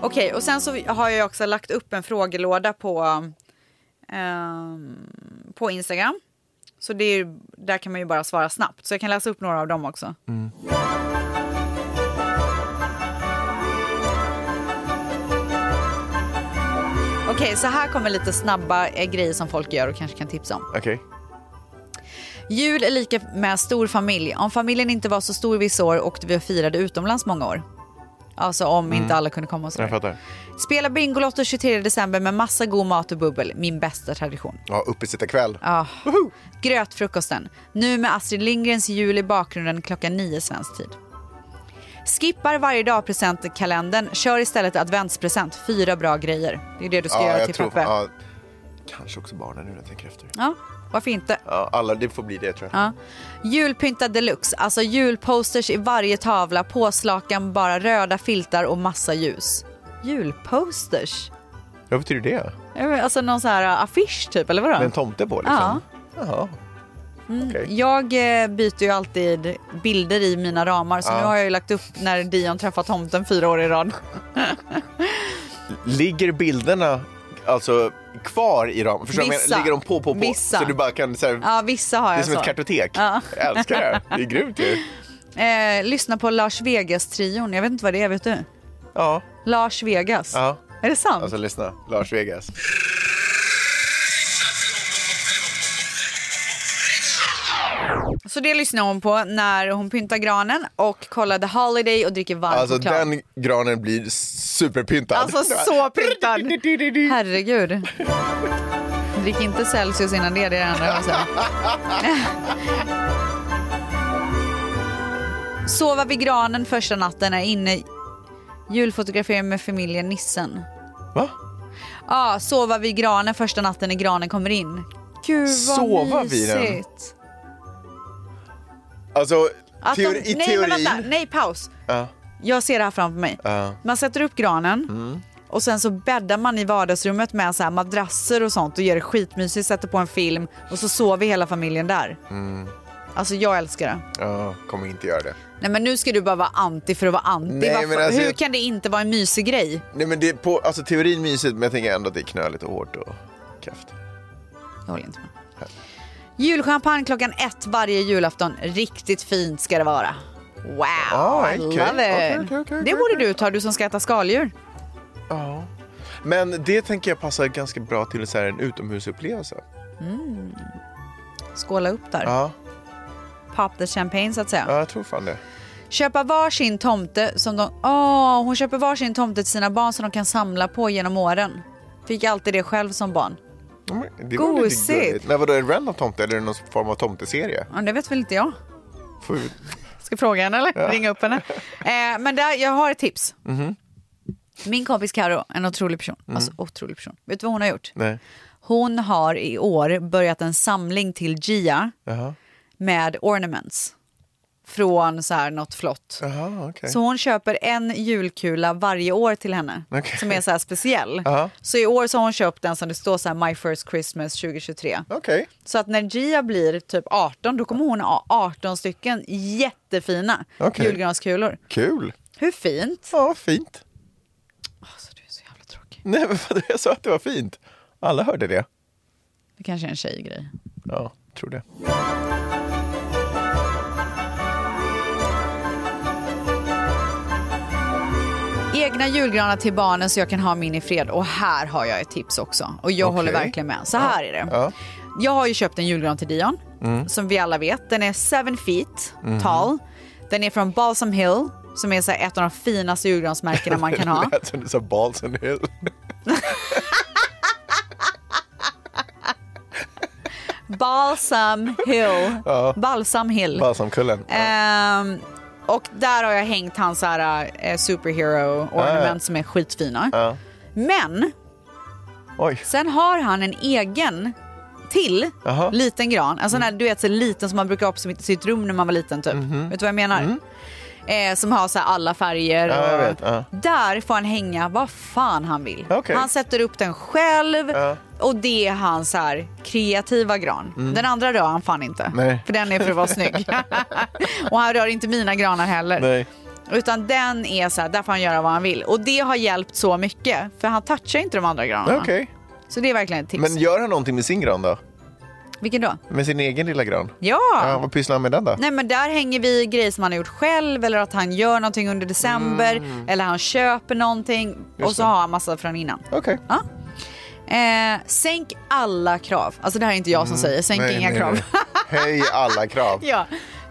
B: Okej, och sen så har jag också lagt upp en frågelåda på, ehm, på Instagram. Så det är, ju- där kan man ju bara svara snabbt. Så jag kan läsa upp några av dem också. Okej, så här kommer lite snabba eh, grejer som folk gör och kanske kan tipsa om.
A: Okej.
B: Jul är lika med stor familj. Om familjen inte var så stor vissa år åkte vi och firade utomlands många år. Alltså om inte alla kunde komma och
A: Jag
B: sådär.
A: fattar.
B: Spela Bingolotto 23 december med massa god mat och bubbel. Min bästa tradition.
A: Ja, uppesittarkväll.
B: Ah. Grötfrukosten. Nu med Astrid Lindgrens jul i bakgrunden klockan nio svensk tid. Skippar varje dag presentkalendern. Kör istället adventspresent. Fyra bra grejer. Det är det du ska göra till Peppe. Ja.
A: ja, kanske också barnen nu när jag tänker efter.
B: varför inte?
A: Ja, alla, det får bli det tror jag.
B: Ja. Julpynta deluxe, alltså julposters i varje tavla, påslakan, bara röda filtar och massa ljus. Julposters?
A: Vad betyder det?
B: Ja, men Alltså någon sån här affisch typ, eller vadå?
A: Med en tomte på liksom? Ja. Jaha. Okej.
B: Jag eh, byter ju alltid bilder i mina ramar så nu har jag ju lagt upp när Dion träffar tomten fyra år i rad.
A: Ligger bilderna alltså kvar i ramen? Förstår du vad jag
B: Vissa.
A: menar? Ligger de på, på, på?
B: Vissa.
A: Så du bara kan så här,
B: Ja, vissa har
A: Det är
B: jag
A: som
B: så.
A: ett kartotek.
B: Ja.
A: Jag älskar det. Det är grymt ju.
B: Eh, lyssna på Lars Vegas-trion, jag vet inte vad det är, vet du?
A: Ja.
B: Lars Vegas.
A: ja.
B: Är det sant?
A: Alltså lyssna. Lars Vegas.
B: Så det lyssnar hon på när hon pyntar granen och kollar The Holiday och dricker varm
A: Alltså
B: choklad.
A: den granen blir superpyntad.
B: Alltså så pyntad! Herregud. Drick inte Celsius innan det, det är det andra jag vill säga. Sova vid granen första natten är inne. Julfotografering med familjen Nissen.
A: Va?
B: Ja, sova vid granen första natten när granen kommer in. Gud vad
A: Sova vid
B: mysigt.
A: den? Alltså,
B: Att
A: teori,
B: de,
A: i
B: nej,
A: teorin...
B: men vänta, nej paus.
A: Ja.
B: Jag ser det här framför mig.
A: Ja.
B: Man sätter upp granen
A: Mm.
B: och sen så bäddar man i vardagsrummet med så här madrasser och sånt och gör det skitmysigt, sätter på en film och så sover hela familjen där.
A: Mm.
B: Alltså jag älskar det.
A: ja, kommer inte göra det.
B: Nej men nu ska du bara vara anti för att vara anti.
A: Nej,
B: Varför-
A: men alltså,
B: Hur
A: jag-
B: kan det inte vara en mysig grej?
A: Nej men det är på, alltså teorin mysigt men jag tänker ändå att det är knöligt och hårt och kräft.
B: Jag håller inte med. Julchampagne klockan ett varje julafton. Riktigt fint ska det vara. Wow,
A: Ah, okej.
B: I love it.
A: Okej, okej, okej,
B: det
A: okej,
B: borde
A: okej.
B: du ta, du som ska äta skaldjur.
A: Ja. Men det tänker jag passar ganska bra till så här en utomhusupplevelse.
B: Skåla upp där.
A: Ja,
B: Pop the champagne så att säga.
A: ja jag tror fan det.
B: köpa varsin tomte som de... Åh, hon köper varsin tomte till sina barn som de kan samla på genom åren. Fick alltid det själv som barn.
A: Ja, men Det var
B: Gosigt.
A: lite gulligt. Men vadå, är det random tomte eller är det någon form av tomteserie?
B: Ja, det vet väl inte jag.
A: Får vi-
B: Ska fråga henne eller ringa upp henne? Eh, men där, jag har ett tips. Min kompis Karo, en otrolig person. Alltså otrolig person. Vet du vad hon har gjort?
A: Nej.
B: Hon har i år börjat en samling till Gia
A: Jaha,
B: med ornaments. Från så här något flott.
A: Jaha okej.
B: Så hon köper en julkula varje år till henne
A: Okej.
B: som är så här speciell.
A: Ja.
B: Så i år så har hon köpt den som det står så här My first Christmas 2023.
A: Okej.
B: Så att när Gia blir typ 18 då kommer hon ha 18 stycken jättefina
A: Okej.
B: julgranskulor.
A: Kul.
B: Hur fint?
A: Ja, fint.
B: Alltså du är så jävla tråkig.
A: Nej men vadå, jag sa att det var fint. Alla hörde det.
B: Det kanske är en tjejgrej.
A: Ja, tror det.
B: Egna julgranar till barnen så jag kan ha min i fred. Och här har jag ett tips också. Och jag
A: Okej.
B: håller verkligen med. Så här är det.
A: Ja. Mm.
B: Jag har ju köpt en julgran till Dion, som vi alla vet. Den är 7 feet
A: Mhm.
B: tall. Den är från Balsam Hill, som är så här ett av de finaste julgransmärkena man kan ha.
A: Det lät som du sa balls and hill.
B: Balsam Hill. Balsam Hill.
A: Balsamkullen.
B: Ehm, och där har jag hängt hans så här, eh, superhero ornament som är skitfina. Men
A: Oj.
B: sen har han en egen till
A: Jaha. Mm.
B: liten gran. En sån här du vet så liten som man brukar ha på sitt, sitt rum när man var liten typ.
A: Mhm.
B: Vet du vad jag menar? Eh, som har så här alla färger.
A: Mm. Ja, jag
B: och-
A: vet. Ja.
B: Där får han hänga vad fan han vill.
A: Okej.
B: Han sätter upp den själv och det är hans så här kreativa gran. Den andra rör han fan inte.
A: Mm. Nej.
B: För den är för att vara snygg. och han rör inte mina granar heller.
A: Nej.
B: Utan den är så här, där får han göra vad han vill. Och det har hjälpt så mycket. För han touchar inte de andra granarna.
A: Okej.
B: Så det är verkligen ett tips.
A: Men gör han någonting med sin gran då?
B: Vilken då?
A: Med sin egen lilla gran?
B: Ja!
A: Ja, vad pysslar han med den då?
B: Nej men där hänger vi grejer som han har gjort själv eller att han gör någonting under
A: Mm.
B: december eller han köper någonting och så har han massa från innan.
A: Okej.
B: Ja. Eh, sänk alla krav. Alltså det här är inte jag som säger, sänk
A: Mm. Nej,
B: inga
A: nej,
B: krav.
A: nej. Höj alla krav.
B: ja.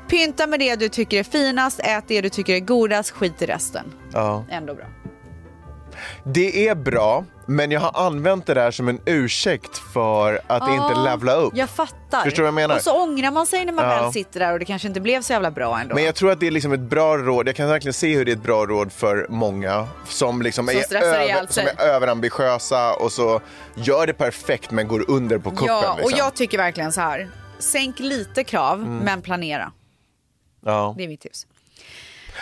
B: Pynta med det du tycker är finast, ät det du tycker är godast, skit i resten.
A: Ja.
B: Ändå bra.
A: Det är bra, men jag har använt det där som en ursäkt för att inte
B: Ja,
A: levla upp.
B: Jag fattar.
A: Förstår vad jag menar?
B: Och så ångrar man sig när man
A: Ja.
B: väl sitter där och det kanske inte blev så jävla bra ändå.
A: Men jag tror att det är liksom ett bra råd. Jag kan verkligen se hur det är ett bra råd för många som, liksom
B: Som
A: är,
B: stressar
A: över,
B: ihjäl
A: som
B: sig.
A: är överambitiösa och så gör det perfekt men går under på kuppen.
B: ja, och
A: liksom. Mm.
B: jag tycker verkligen så här. Sänk lite krav, men planera.
A: ja.
B: Det är mitt tips.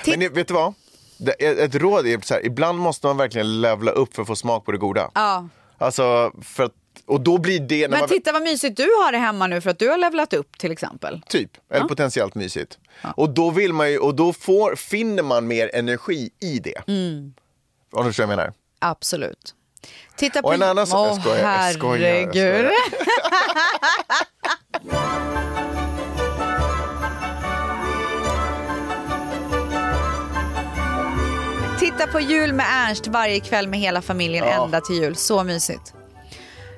A: Men ni- vet du vad? Det, ett råd är så här, ibland måste man verkligen levla upp för att få smak på det goda.
B: Ja.
A: Alltså, för att, och då blir det... När
B: Men
A: man,
B: titta vad mysigt du har det hemma nu för att du har levlat upp till exempel.
A: Typ, eller potentiellt mysigt. Och då, vill man ju, och då får, finner man mer energi i det.
B: Mm.
A: Om du förstår vad jag menar.
B: Absolut. Titta på...
A: Och en annan sak-
B: Åh,
A: jag skojar, jag skojar, jag skojar.
B: herregud. Titta på jul med Ernst varje kväll med hela familjen ända till jul. Så mysigt.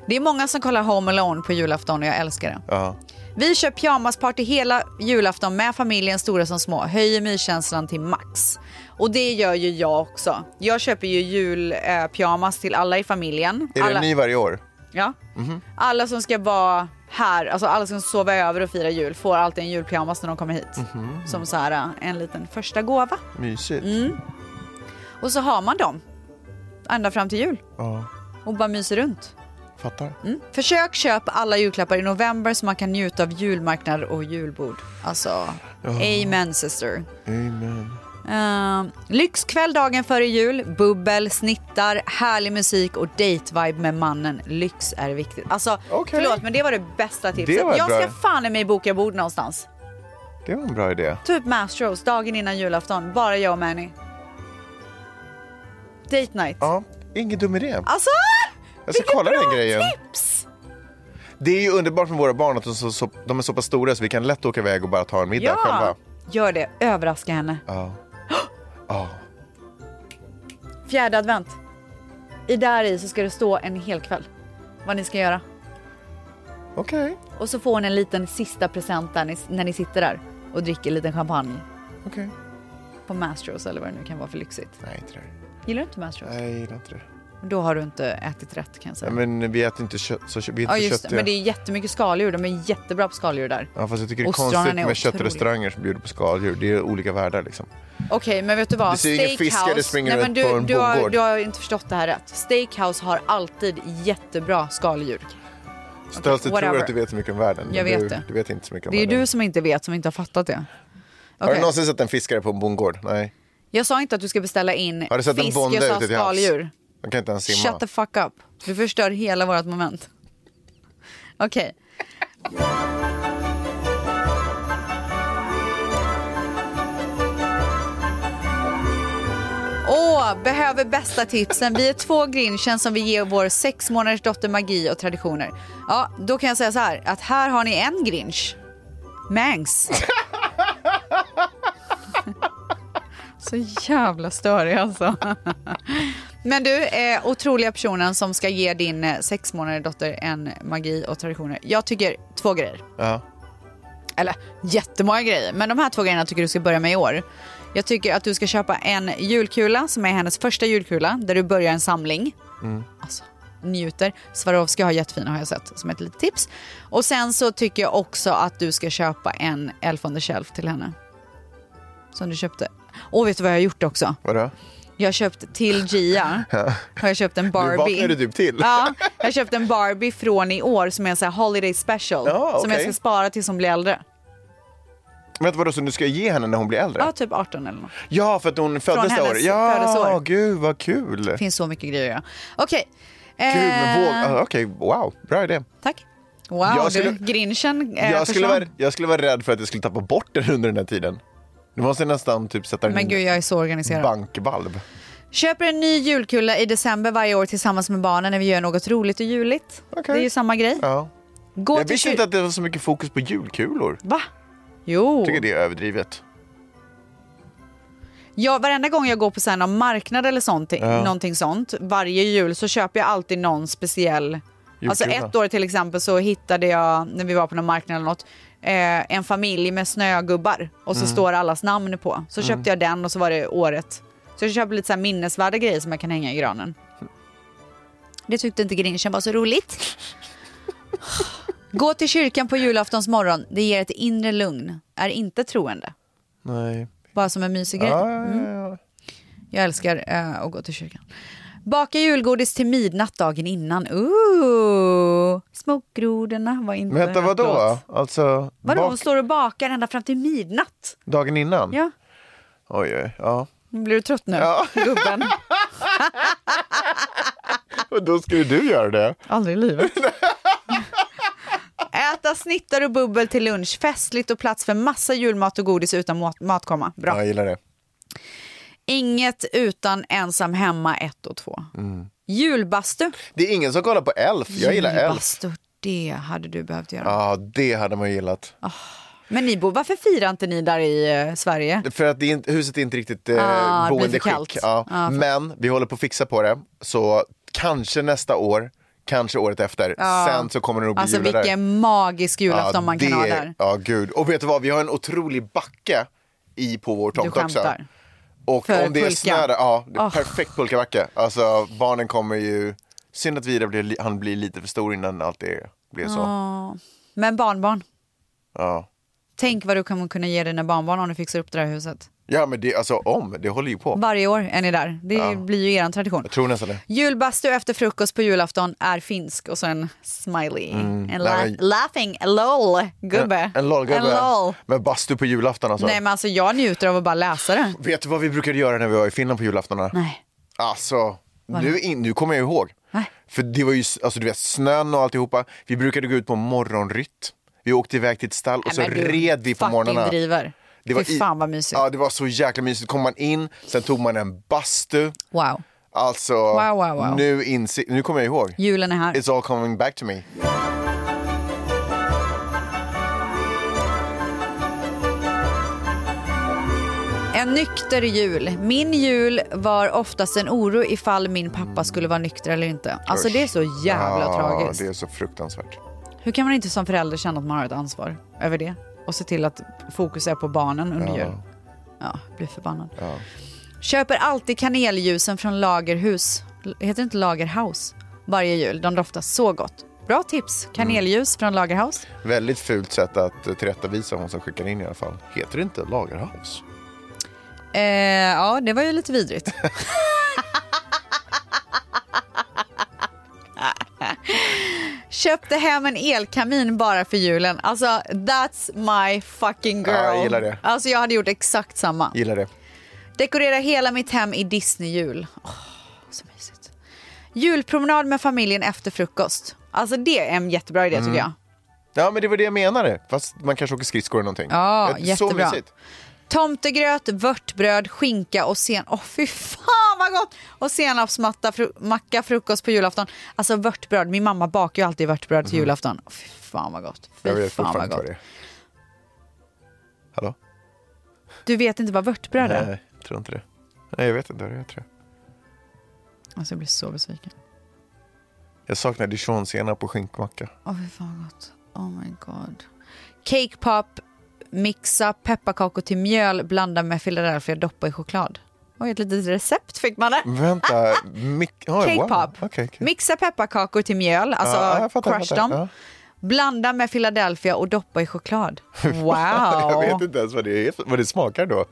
B: Det är många som kollar Home Alone på julafton och jag älskar det.
A: Ja.
B: Vi kör pyjamasparty hela julafton med familjen, stora som små. Höjer myskänslan till max. Och det gör ju jag också. Jag köper ju julpyjamas eh, pyjamas till alla i familjen.
A: Är
B: alla,
A: det Mhm. ny varje år?
B: ja. alla som ska vara här, alltså alla som ska sova över och fira jul får alltid en julpyjamas när de kommer hit.
A: Mhm.
B: Som så här, eh, en liten första gåva.
A: Mysigt.
B: Mm. Och så har man dem ända fram till jul
A: Ja,
B: och bara myser runt.
A: fattar.
B: Mm. Försök köpa alla julklappar i november så man kan njuta av julmarknader och julbord. Alltså, amen sister. Mm.
A: Amen.
B: Eh, lyxkväll dagen före jul, bubbel, snittar, härlig musik och date-vibe med mannen. Lyx är viktigt. Alltså,
A: Okej.
B: förlåt men det var det bästa tipset.
A: Det var
B: jag
A: bra.
B: ska fan i mig boka bord någonstans.
A: Det var en bra idé.
B: Typ Mastros, dagen innan julafton. Bara jag och Manny. Date night.
A: Ja, ingen dum idé.
B: Alltså!
A: Jag ska
B: vilket
A: kolla den
B: bra
A: grejen.
B: Tips!
A: Det är ju underbart med våra barn att de, så, så, de är så pass stora så vi kan lätt åka iväg och bara ta en middag själva.
B: Ja, gör det. Överraska henne.
A: Ja. Ja.
B: Fjärde advent. I där i så ska det stå en hel kväll. Vad ni ska göra.
A: Okej.
B: Och så får hon en liten sista present där ni, när ni sitter där och dricker lite champagne
A: Okej.
B: på Mastros eller vad det nu kan vara för lyxigt.
A: Nej, inte det.
B: Gillar du inte Mastros?
A: Nej, jag gillar inte det.
B: Då har du inte ätit rätt kan jag säga.
A: Nej, men vi äter inte kött. Så, kö- vi är inte
B: ja just det,
A: köttiga.
B: men det är jättemycket skaldjur. De är jättebra på skaldjur där.
A: Ja, fast jag tycker det är
B: Ostronen
A: konstigt
B: är
A: med
B: otroligt.
A: köttrestauranger som bjuder på skaldjur. Det är olika världar liksom.
B: Okej, men vet du vad?
A: Det ser ju ingen fiskare springa runt
B: Nej, men du,
A: på en
B: du, har,
A: bondgård.
B: du har inte förstått det här rätt. Steakhouse har alltid jättebra skaldjur.
A: Ställs det tror
B: whatever.
A: att du vet så mycket om världen. men
B: Jag vet
A: du,
B: det.
A: Du vet inte så mycket om
B: Det är
A: världen.
B: du som inte vet, som inte har fattat det.
A: Har
B: Okej.
A: du någonsin sett en fiskare på en bondgård? Nej.
B: Jag sa inte att du ska beställa in
A: Har du sett en
B: fisk,
A: bonde
B: jag sa
A: ute till havs?
B: skaldjur.
A: De kan inte ens simma.
B: Shut the fuck up. Du förstör hela vårt moment. Okej. Åh, behöver bästa tipsen. Vi är två grinchen som vi ger vår sex månaders dotter magi och traditioner. Ja, då kan jag säga så här att här har ni en grinch. Mangs. Så jävla störig alltså. Men du, eh, otroliga personen som ska ge din eh, sex månader dotter en magi och traditioner. Jag tycker två grejer.
A: Ja.
B: Eller jättemånga grejer, men de här två grejerna tycker du ska börja med i år. Jag tycker att du ska köpa en julkula som är hennes första julkula där du börjar en samling. Alltså, njuter. Swarovski har jättefina har jag sett som ett litet tips. Och sen så tycker jag också att du ska köpa en Elf on the Shelf till henne. Som du köpte. Och vet du vad jag har gjort också?
A: Vadå?
B: Jag har köpt till Gia. Har jag köpt en
A: Nu
B: Barbie.
A: vaknade du till.
B: Ja, jag har köpt en Barbie från i år som är en sån här holiday special.
A: Ja,
B: Som jag
A: okej.
B: ska spara tills hon blir äldre.
A: Vänta vadå, så du ska ge henne när hon blir äldre?
B: Ja, typ 18 eller något.
A: Ja, för att hon föddes det
B: hennes
A: året. Ja,
B: födelseår.
A: gud vad kul.
B: Det finns så mycket grejer att göra. Okej.
A: Gud, men våg...
B: Eh,
A: ah, Okej, wow. Bra idé.
B: Tack. Wow,
A: Jag skulle-
B: du, grinchen eh,
A: jag, skulle
B: försvann.
A: vara, jag skulle vara rädd för att jag skulle tappa bort den under den här tiden. Du måste nästan typ sätta den
B: Men gud,
A: i
B: jag är så
A: en
B: organiserad.
A: bankvalv.
B: Köper en ny julkulla i december varje år tillsammans med barnen när vi gör något roligt och juligt.
A: Okej.
B: Det är ju samma grej.
A: Ja.
B: Gå
A: Jag
B: till
A: visste
B: kyr-
A: inte att det var så mycket fokus på julkulor.
B: Va? Jo.
A: Jag tycker det är överdrivet.
B: Jag, varenda gång jag går på så här någon marknad eller sånt, någonting sånt, varje jul så köper jag alltid någon speciell. Alltså
A: Julkrona.
B: ett år till exempel så hittade jag, när vi var på någon marknad eller något, eh, en familj med snögubbar och så står allas namn på. Så köpte jag den och så var det året. Så jag köpte lite så här minnesvärda grejer som jag kan hänga i granen. Det tyckte inte Grinchen var så roligt. Gå till kyrkan på julaftonsmorgon, det ger ett inre lugn. Är inte troende.
A: Nej.
B: Bara som en mysig grej.
A: Ja,
B: Mm.
A: ja, ja.
B: Jag älskar eh, att gå till kyrkan. Baka julgodis till midnatt dagen innan. Ooh, smågrodorna var inte
A: Men vänta,
B: rätt
A: vadå?
B: låt.
A: Alltså,
B: Vadå,
A: bak-
B: hon står och bakar ända fram till midnatt?
A: dagen innan?
B: Ja,
A: Oj, oj, ja.
B: blir du trött nu,
A: Ja.
B: gubben?
A: Och då skulle du göra det?
B: Aldrig i livet. Äta snittar och bubbel till lunch. Festligt och plats för massa julmat och godis utan mat- matkomma.
A: Ja,
B: Bra.
A: jag gillar det.
B: Inget utan ensam hemma 1 och 2. Julbastu.
A: Det är ingen som kollar på Elf. Mm. Jag gillar Elf.
B: Julbastu, det hade du behövt göra.
A: Ja, det hade man gillat.
B: Men ni bor, varför firar inte ni där i eh, Sverige?
A: För att det är, inte- huset är inte riktigt eh,
B: Ah, det blir för kallt.
A: boendeskick. Ja.
B: Ja, för-
A: Men vi håller på att fixa på det. Så kanske nästa år, kanske året efter. Sen så kommer det nog bli
B: Alltså
A: jular
B: vilken
A: där.
B: magisk julafton man kan
A: det-
B: ha där.
A: Ja, gud. Och vet du vad, vi har en otrolig backe i på vår
B: Du
A: tomt också.
B: skämtar.
A: Och
B: För
A: om det är
B: pulka.
A: snö där, ja, det är
B: Oh.
A: perfekt pulkabacke. Alltså barnen kommer ju, synd att Vidar blir, li- han blir lite för stor innan allt det blir så.
B: Men barnbarn,
A: Ja.
B: tänk vad du kommer kunna ge dina barnbarn om du fixar upp det där huset.
A: ja, men det, alltså om, det håller ju på.
B: Varje år är ni där. Det blir ju er tradition.
A: Jag tror nästan det.
B: Julbastu efter frukost på julafton är finsk och så en smiley. En la-
A: Mm. Nej, men-
B: laughing, lol gubbe.
A: En Alltså. lol-gubbe.
B: En lol.
A: Men bastu på julafton alltså.
B: Nej men alltså jag njuter av att bara läsa det.
A: Vet du vad vi brukade göra när vi var i Finland på julaftnarna?
B: Nej.
A: Alltså, nu, in, nu kommer jag ihåg.
B: Nej.
A: För det var ju s- alltså, du vet, snön och alltihopa. Vi brukade gå ut på morgonrytt. Vi åkte iväg till ett stall och så
B: Nej, men du
A: red vi på
B: fucking
A: morgnarna.
B: driver.
A: Det
B: Fy
A: i-
B: fan vad mysigt.
A: Ja, det var så jäkla mysigt. kom man in, sen tog man en bastu.
B: Wow.
A: Alltså,
B: Wow, wow, wow.
A: nu, insi- nu kommer jag ihåg.
B: Julen är här.
A: It's all coming back to me.
B: En nykter jul. Min jul var oftast en oro ifall min pappa skulle vara nykter eller inte. Alltså
A: Usch.
B: det är så jävla
A: Ja,
B: tragiskt.
A: Det är så fruktansvärt.
B: Hur kan man inte som förälder känna att man har ett ansvar över det? Och se till att fokus är på barnen under jul. Ja, jag blir förbannad. Köper alltid kanelljusen från Lagerhus. L- Heter det inte Lagerhaus? Varje jul. De doftar så gott. Bra tips.
A: Mm.
B: Kanelljus från Lagerhaus.
A: Väldigt fult sätt att eh, tillrättavisa hon som skickar in i alla fall. Heter det inte Lagerhaus?
B: Eh, ja, det var ju lite vidrigt. Köpte hem en elkamin bara för julen. Alltså, that's my fucking girl.
A: Ja, jag gillar det.
B: Alltså, jag hade gjort exakt samma.
A: Gillar det.
B: Dekorera hela mitt hem i Disney-jul. Åh, så mysigt. Julpromenad med familjen efter frukost. Alltså, det är en jättebra idé
A: Mm.
B: tycker jag.
A: Ja, men det var det jag menade. Fast man kanske åker skridskor eller någonting.
B: Ja,
A: Det är
B: jättebra.
A: Så mysigt.
B: Tomtegröt, vörtbröd, skinka och sen... Åh, fy fan vad gott! Och senapsmatta, fru... macka, frukost på julafton. Alltså vörtbröd, min mamma bakar ju alltid vörtbröd till julafton. Åh, fy fan vad gott. Fy
A: Mm. Jag vet
B: fan
A: fortfarande
B: vad
A: inte
B: gott.
A: vad det är. Hallå?
B: Du vet inte vad vörtbröd är?
A: Nej, jag tror inte det. Nej, jag vet inte vad det är. Jag, tror. jag.
B: Alltså jag blir så besviken.
A: jag saknar dijonsenap på skinkmacka.
B: Åh, fy fan vad gott. Oh my god. Cake pop, mixa pepparkakor till mjöl, blanda med Philadelphia, doppa i choklad. Oj, ett litet recept fick man där.
A: Vänta, mik- oh,
B: Cake
A: wow.
B: pop.
A: Okej, okej.
B: Mixa pepparkakor till mjöl, alltså
A: Ja, jag fattar, jag
B: crush
A: fattar.
B: dem.
A: Ja.
B: Blanda med Philadelphia och doppa i choklad.
A: Jag vet
B: Wow!
A: inte ens vad det, är, för- vad det smakar då. Alltså,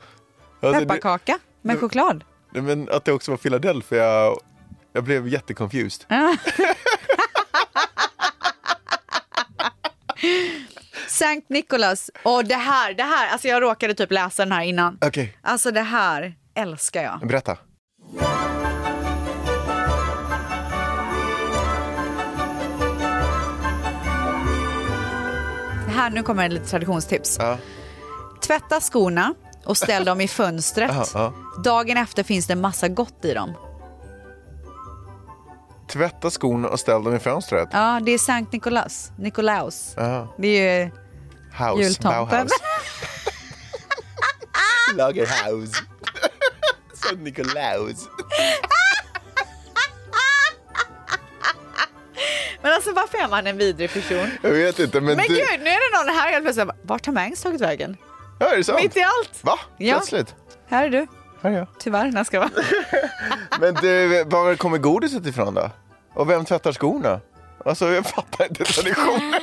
A: det,
B: Pepparkaka med choklad.
A: nej, men att det också var Philadelphia. Jag blev jätteconfused.
B: Sankt Nicholas. Och det här, det här, alltså jag råkade typ läsa den här innan.
A: Okej,
B: Alltså det här älskar jag.
A: berätta.
B: Det här, nu kommer ett litet traditionstips.
A: Ja.
B: Tvätta skorna och ställ dem i fönstret.
A: Ja, ja.
B: Dagen efter finns det massa gott i dem.
A: Tvätta skorna och ställ dem i fönstret.
B: Ja, det är Sankt Nikolaus. Nikolaus.
A: Ja.
B: Det är ju
A: House,
B: Jultomten.
A: Bauhaus. Lagerhaus. Som Nikolaus.
B: Men alltså varför är man en vidrig person?
A: Jag vet inte, men,
B: Men
A: du...
B: gud, nu är det någon här helt plötsligt. Vart har Mangs tagit vägen?
A: Ja, är det sant?
B: Mitt i allt.
A: Va?
B: Ja.
A: Plötsligt?
B: Här är du.
A: Här är jag.
B: Tyvärr, när ska jag vara.
A: Men du, var kommer godiset ifrån då? Och vem tvättar skorna? Alltså jag fattar inte traditionen.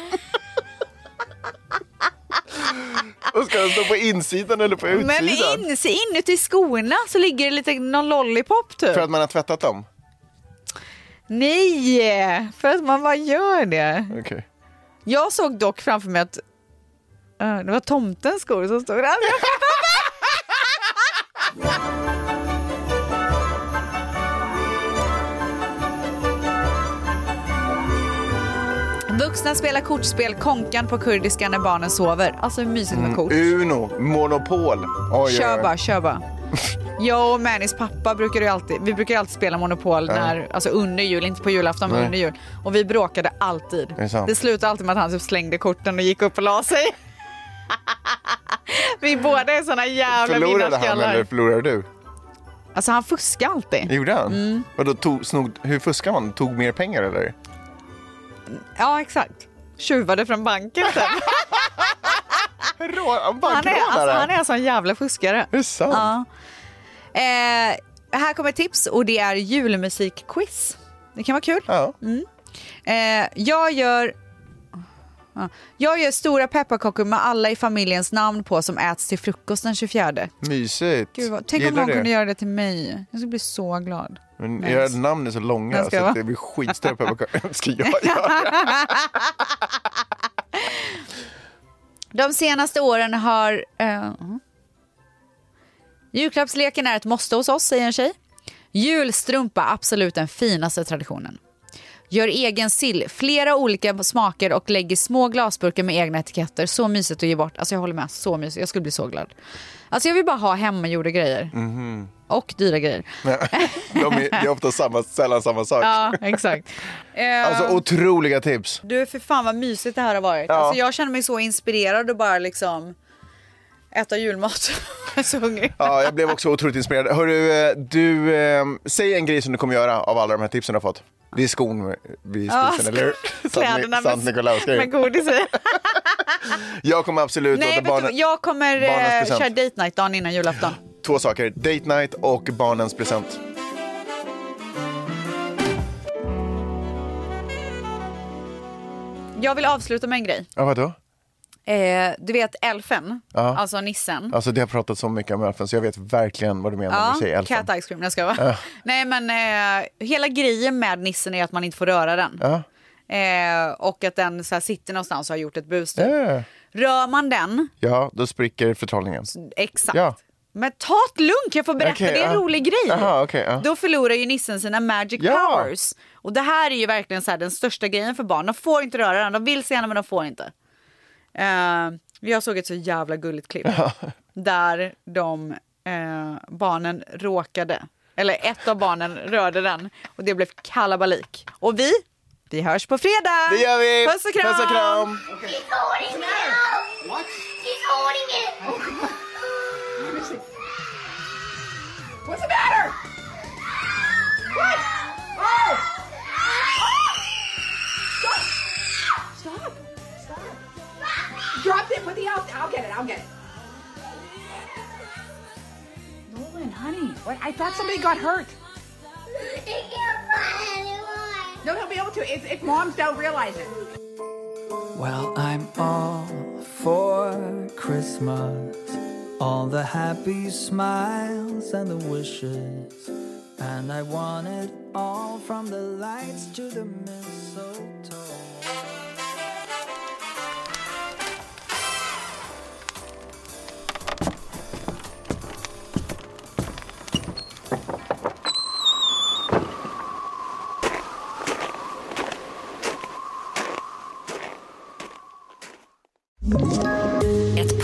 A: Och ska den stå på insidan eller på
B: Men
A: utsidan?
B: in, se inuti skorna så ligger det lite någon lollipop typ.
A: För att man har tvättat dem?
B: Nej, för att man bara gör det.
A: Okej.
B: Jag såg dock framför mig att eh, det var tomtens skor som stod där. Jag fattar inte. Vuxna spelar kortspel, konkan på kurdiska när barnen sover. Alltså hur mysigt med
A: Mm,
B: kort.
A: Uno, Monopol. Oj,
B: Kör
A: oj,
B: bara, kör bara. Jag och Mannys pappa brukar ju alltid, vi brukar ju alltid spela Monopol när, alltså under jul, inte på julafton men
A: Nej.
B: under jul. Och vi bråkade alltid.
A: det sant?
B: det slutade alltid med att han typ slängde korten och gick upp och la sig. vi båda är såna jävla
A: Förlorade han eller
B: vinnarskallar.
A: förlorade du?
B: Alltså han fuskar alltid.
A: Gjorde han?
B: Mm.
A: Vadå, tog, snog, hur fuskar man? Tog mer pengar eller?
B: Ja exakt. Tjuvade från banken sen.
A: Rå, han bara
B: Han är, alltså, han
A: är...
B: är alltså en jävla fuskare.
A: det sant?
B: Ja. Eh, här kommer ett tips och det är julmusikquiz. Det kan vara kul.
A: Ja.
B: Eh, jag gör... Ja. Jag gör stora pepparkakor med alla i familjens namn på som äts till frukost den 24.
A: Mysigt.
B: Gud, vad, tänk om
A: Gillar
B: någon
A: det.
B: kunde göra det till mig. Jag skulle bli så glad.
A: Men
B: Nej.
A: era namn är så långa
B: Jag
A: så
B: ska
A: att
B: vara-
A: det blir skitstörre pepparkakor. ska jag göra?
B: De senaste åren har... Eh, julklappsleken är ett måste hos oss, säger en tjej. Julstrumpa, absolut den finaste traditionen. Gör egen sill, flera olika smaker och lägger små glasburkar med egna etiketter. Så mysigt att ge bort. Alltså jag håller med, så mysigt. Jag skulle bli så glad. Alltså jag vill bara ha hemmagjorda grejer. Och dyra grejer.
A: De är, det är ofta samma, sällan samma sak.
B: Ja, exakt. Eh,
A: Alltså otroliga tips.
B: Du, för fan vad mysigt det här har varit.
A: Ja.
B: Alltså, jag känner mig så inspirerad och bara liksom äta julmat. jag är så hungrig.
A: Ja, jag blev också otroligt inspirerad. Hörru, eh, du, eh, säg en grej som du kommer göra av alla de här tipsen du har fått. Det är skon vid
B: Ja,
A: spisen, eller hur? Sant-
B: Kläderna
A: Sant Nikolaus
B: med, med godis i.
A: Jag kommer absolut
B: Nej,
A: låta
B: vet
A: barnen...
B: du, jag kommer
A: barnens
B: eh,
A: present.
B: köra date night dagen innan julafton.
A: Två saker, date night och barnens present.
B: Jag vill avsluta med en grej.
A: Ja, vadå?
B: Eh, du vet elfen,
A: Ja.
B: alltså nissen.
A: Alltså det har pratats så mycket om elfen så jag vet verkligen vad du menar när du säger elfen.
B: cat ice cream, jag ska vara. Nej men eh, hela grejen med nissen är att man inte får röra den.
A: Ja.
B: Eh, och att den så här, sitter någonstans och har gjort ett bus. typ.
A: Eh.
B: Rör man den
A: Ja, då spricker förtrollningen.
B: Exakt.
A: Ja.
B: Men ta ett lugnt, jag får berätta,
A: Okej,
B: det är en
A: ja.
B: rolig grej.
A: Aha, okej, ja.
B: Då förlorar ju nissen sina magic
A: Ja.
B: powers. Och det här är ju verkligen så här, den största grejen för barn. De får inte röra den, de vill så gärna men de får inte. Eh, jag såg ett så jävla gulligt klipp där de eh, barnen råkade, eller ett av barnen rörde den och det blev kalabalik. Och vi, vi hörs på fredag!
A: Det gör vi!
B: Puss och kram!
A: Puss och kram.
F: He's holding it up. What? He's holding it. What's the matter? What? Oh! Stop! Stop! Stop! Drop it. Put the out. I'll get it. I'll get it. Nolan, honey, what? I thought somebody got hurt. I can't find anyone. No, he'll be able to if, if moms don't realize it.
C: Well, I'm all for Christmas. All the happy smiles and the wishes. And I want it all from the lights to the mistletoe.
D: Ett